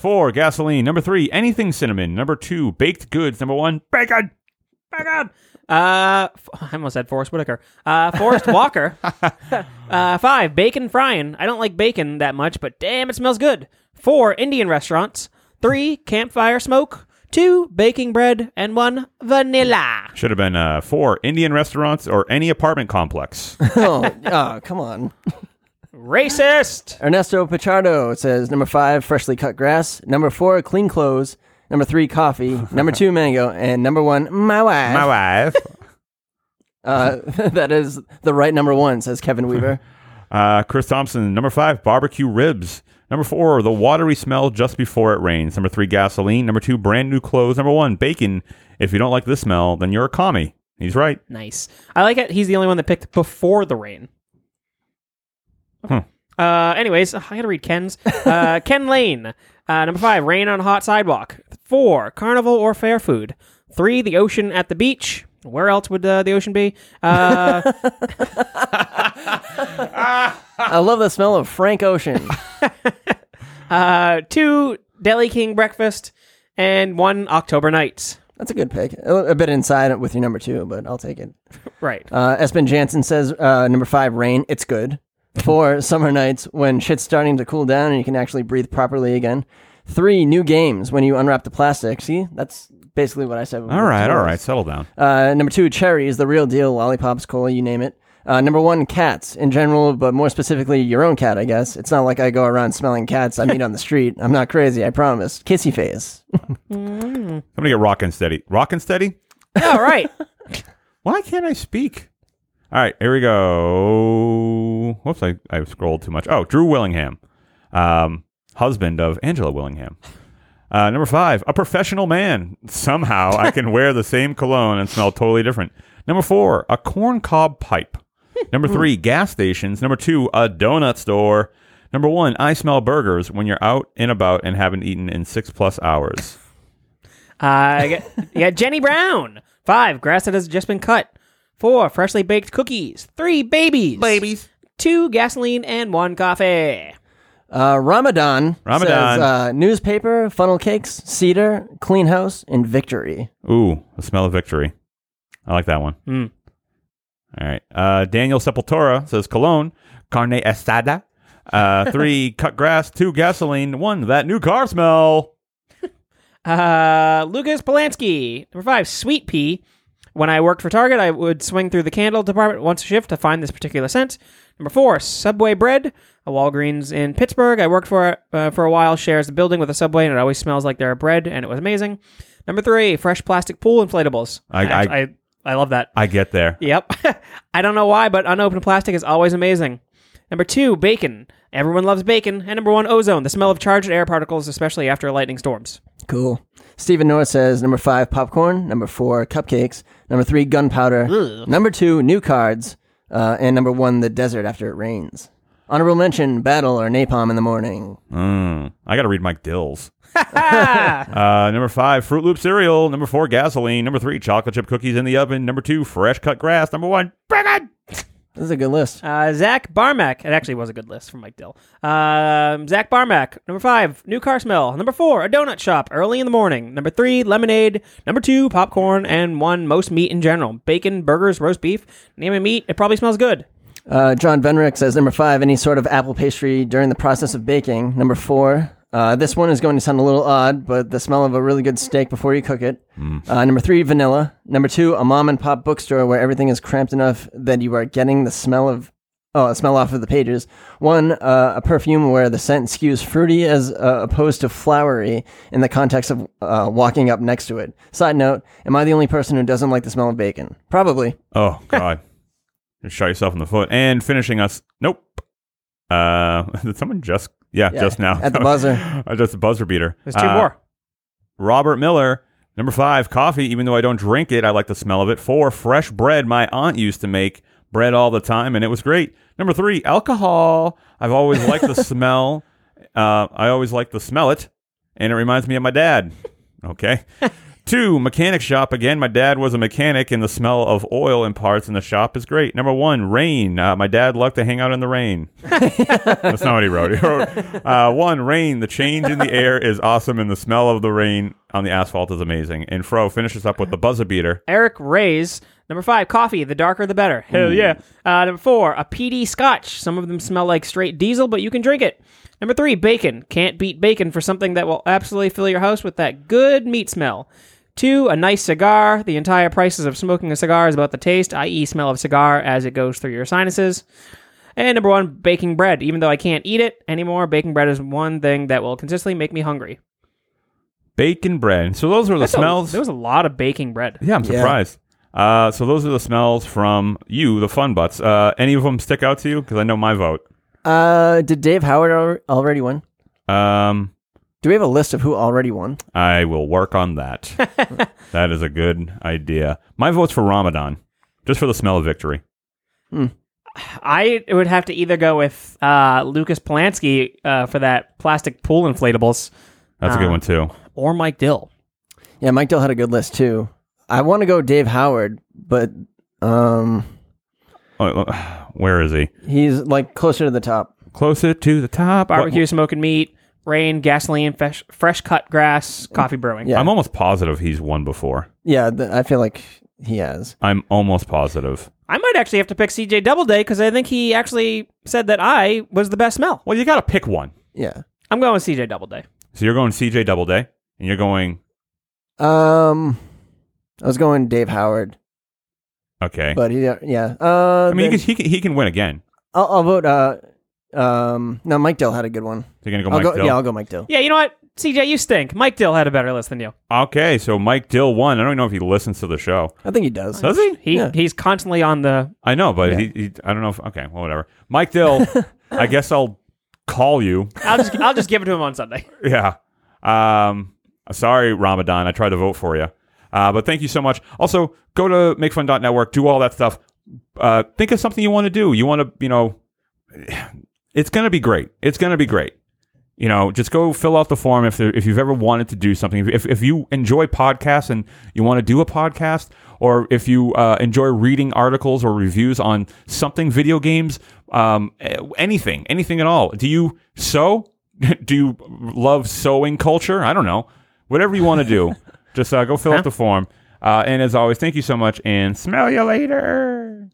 Speaker 2: Four, gasoline. Number three, anything cinnamon. Number two, baked goods. Number one, bacon.
Speaker 3: Bacon. Uh, f- I almost said Forrest Whitaker. Uh, Forrest Walker. uh, five, bacon frying. I don't like bacon that much, but damn, it smells good. Four, Indian restaurants. Three, campfire smoke. Two, baking bread. And one, vanilla.
Speaker 2: Should have been uh, four, Indian restaurants or any apartment complex.
Speaker 1: oh, oh, come on.
Speaker 3: Racist.
Speaker 1: Ernesto Pichardo says number five, freshly cut grass. Number four, clean clothes. Number three, coffee. Number two, mango. And number one, my wife.
Speaker 2: My wife.
Speaker 1: Uh, that is the right number one, says Kevin Weaver.
Speaker 2: Uh, Chris Thompson, number five, barbecue ribs. Number four, the watery smell just before it rains. Number three, gasoline. Number two, brand new clothes. Number one, bacon. If you don't like this smell, then you're a commie. He's right.
Speaker 3: Nice. I like it. He's the only one that picked before the rain.
Speaker 2: Hmm.
Speaker 3: Uh, anyways, ugh, I gotta read Ken's. Uh, Ken Lane. Uh, number five, rain on hot sidewalk. Four, carnival or fair food. Three, the ocean at the beach. Where else would uh, the ocean be? Uh,
Speaker 1: I love the smell of Frank Ocean.
Speaker 3: uh, two, Deli King breakfast. And one, October nights.
Speaker 1: That's a good pick. A, a bit inside with your number two, but I'll take it.
Speaker 3: Right.
Speaker 1: Uh, Espen Jansen says uh, number five, rain. It's good. Four, summer nights when shit's starting to cool down and you can actually breathe properly again. Three, new games when you unwrap the plastic. See, that's basically what I said.
Speaker 2: All right, all right, settle down.
Speaker 1: Uh, number two, cherries, the real deal, lollipops, cola, you name it. Uh, number one, cats in general, but more specifically, your own cat, I guess. It's not like I go around smelling cats I meet on the street. I'm not crazy, I promise. Kissy face.
Speaker 2: Somebody get rockin' steady. Rockin' steady?
Speaker 3: All right.
Speaker 2: Why can't I speak? All right, here we go. Whoops, I, I scrolled too much. Oh, Drew Willingham, um, husband of Angela Willingham. Uh, number five, a professional man. Somehow I can wear the same cologne and smell totally different. Number four, a corncob pipe. Number three, gas stations. Number two, a donut store. Number one, I smell burgers when you're out and about and haven't eaten in six plus hours.
Speaker 3: Uh, yeah, yeah, Jenny Brown. Five, grass that has just been cut. Four, freshly baked cookies. Three, babies. Babies. Two, gasoline and one coffee.
Speaker 1: Uh, Ramadan.
Speaker 2: Ramadan.
Speaker 1: Says, uh, newspaper, funnel cakes, cedar, clean house, and victory.
Speaker 2: Ooh, the smell of victory. I like that one.
Speaker 3: Hmm.
Speaker 2: All right. Uh, Daniel Sepultura says cologne, carne asada. Uh, three, cut grass. Two, gasoline. One, that new car smell.
Speaker 3: Uh, Lucas Polanski. Number five, sweet pea. When I worked for Target, I would swing through the candle department once a shift to find this particular scent. Number four, Subway bread. A Walgreens in Pittsburgh I worked for uh, for a while shares the building with a Subway, and it always smells like their bread, and it was amazing. Number three, fresh plastic pool inflatables.
Speaker 2: I- I-
Speaker 3: I, I love that.
Speaker 2: I get there.
Speaker 3: Yep. I don't know why, but unopened plastic is always amazing. Number two, bacon. Everyone loves bacon. And number one, ozone, the smell of charged air particles, especially after lightning storms.
Speaker 1: Cool. Stephen Norris says number five, popcorn. Number four, cupcakes. Number three, gunpowder. Number two, new cards. Uh, and number one, the desert after it rains. Honorable mention, battle or napalm in the morning.
Speaker 2: Mm, I got to read Mike Dills. uh, number five, Fruit Loop cereal. Number four, gasoline. Number three, chocolate chip cookies in the oven. Number two, fresh cut grass. Number one, bacon.
Speaker 1: This is a good list.
Speaker 3: Uh, Zach Barmack. It actually was a good list from Mike Dill. Um, Zach Barmack. Number five, new car smell. Number four, a donut shop early in the morning. Number three, lemonade. Number two, popcorn. And one, most meat in general. Bacon, burgers, roast beef. Name a meat. It probably smells good.
Speaker 1: Uh, John Venrick says number five, any sort of apple pastry during the process of baking. Number four, uh, this one is going to sound a little odd, but the smell of a really good steak before you cook it. Uh, number three, vanilla. Number two, a mom and pop bookstore where everything is cramped enough that you are getting the smell of Oh, I'll smell off of the pages. One, uh, a perfume where the scent skews fruity as uh, opposed to flowery in the context of uh, walking up next to it. Side note: Am I the only person who doesn't like the smell of bacon? Probably.
Speaker 2: Oh God! you shot yourself in the foot. And finishing us. Nope. Uh, did someone just? Yeah,
Speaker 1: Yeah,
Speaker 2: just now
Speaker 1: at the buzzer.
Speaker 2: Uh, just a buzzer beater.
Speaker 3: There's two
Speaker 2: Uh,
Speaker 3: more.
Speaker 2: Robert Miller. Number five, coffee. Even though I don't drink it, I like the smell of it. Four, fresh bread. My aunt used to make bread all the time, and it was great. Number three, alcohol. I've always liked the smell. Uh, I always like to smell it, and it reminds me of my dad. Okay. Two, mechanic shop. Again, my dad was a mechanic, and the smell of oil and parts in the shop is great. Number one, rain. Uh, my dad loved to hang out in the rain. That's not what he wrote. He wrote, uh, one, rain. The change in the air is awesome, and the smell of the rain on the asphalt is amazing. And Fro finishes up with the buzzer beater.
Speaker 3: Eric Rays. Number five, coffee. The darker, the better. Hell
Speaker 2: Mm.
Speaker 3: yeah. Uh, number four, a PD scotch. Some of them smell like straight diesel, but you can drink it. Number three, bacon. Can't beat bacon for something that will absolutely fill your house with that good meat smell. Two, a nice cigar. The entire prices of smoking a cigar is about the taste, i.e., smell of cigar as it goes through your sinuses. And number one, baking bread. Even though I can't eat it anymore, baking bread is one thing that will consistently make me hungry.
Speaker 2: Bacon bread. So those were the
Speaker 3: That's a-
Speaker 2: smells.
Speaker 3: there was a lot of baking bread.
Speaker 2: Yeah, I'm surprised. Uh, so those are the smells from you, the fun butts. Uh, any of them stick out to you? Because I know my vote.
Speaker 1: Uh, did Dave Howard al- already win?
Speaker 2: Um,
Speaker 1: Do we have a list of who already won?
Speaker 2: I will work on that. that is a good idea. My vote's for Ramadan, just for the smell of victory.
Speaker 3: I would have to either go with uh, Lucas Polanski uh, for that plastic pool inflatables.
Speaker 2: That's a good
Speaker 3: uh,
Speaker 2: one too.
Speaker 3: Or Mike Dill.
Speaker 1: Yeah, Mike Dill had a good list too. I want to go Dave Howard, but um,
Speaker 2: Oh, uh, where is he?
Speaker 1: he's like closer to the top.
Speaker 2: Closer to the top.
Speaker 3: Barbecue, smoking meat, rain, gasoline, fresh, fresh cut grass, coffee brewing.
Speaker 1: Yeah.
Speaker 2: I'm almost positive he's won before.
Speaker 1: Yeah, th- I feel like he has.
Speaker 2: I'm almost positive.
Speaker 3: I might actually have to pick CJ Doubleday because I think he actually said that I was the best smell.
Speaker 2: Well, you got to pick one.
Speaker 1: Yeah.
Speaker 3: I'm going with CJ Doubleday.
Speaker 2: So you're going CJ Doubleday, and you're going
Speaker 1: Um, I was going Dave Howard,
Speaker 2: okay.
Speaker 1: but he, yeah. Uh,
Speaker 2: I mean, he can,
Speaker 1: then
Speaker 2: he can he can win again.
Speaker 1: I'll, I'll vote. Uh, um, no, Mike Dill had a good one.
Speaker 2: So you're gonna go
Speaker 1: I'll
Speaker 2: Mike
Speaker 1: go,
Speaker 2: Dill.
Speaker 1: Yeah, I'll go Mike Dill.
Speaker 3: Yeah, you know what? CJ, you stink. Mike Dill had a better list than you.
Speaker 2: Okay, so Mike Dill won. I don't even know if he listens to the show.
Speaker 1: I think he does.
Speaker 2: Does he?
Speaker 3: He
Speaker 1: Yeah.
Speaker 3: he's constantly on the
Speaker 2: I know, but he, he I don't know if okay, well whatever. Mike Dill, I guess I'll call you.
Speaker 3: I'll just I'll just give it to him on Sunday.
Speaker 2: Yeah. Um sorry, Ramadan. I tried to vote for you. Uh, but thank you so much. Also, go to makefun.network, do all that stuff. Uh, think of something you want to do. You want to, you know, it's going to be great. It's going to be great. You know, just go fill out the form if, there, if you've ever wanted to do something. If, if you enjoy podcasts and you want to do a podcast, or if you uh, enjoy reading articles or reviews on something, video games, um, eh, anything, anything at all. Do you sew? do you love sewing culture? I don't know. Whatever you want to do, just uh, go fill out the form. Uh, and as always, thank you so much and smell you later.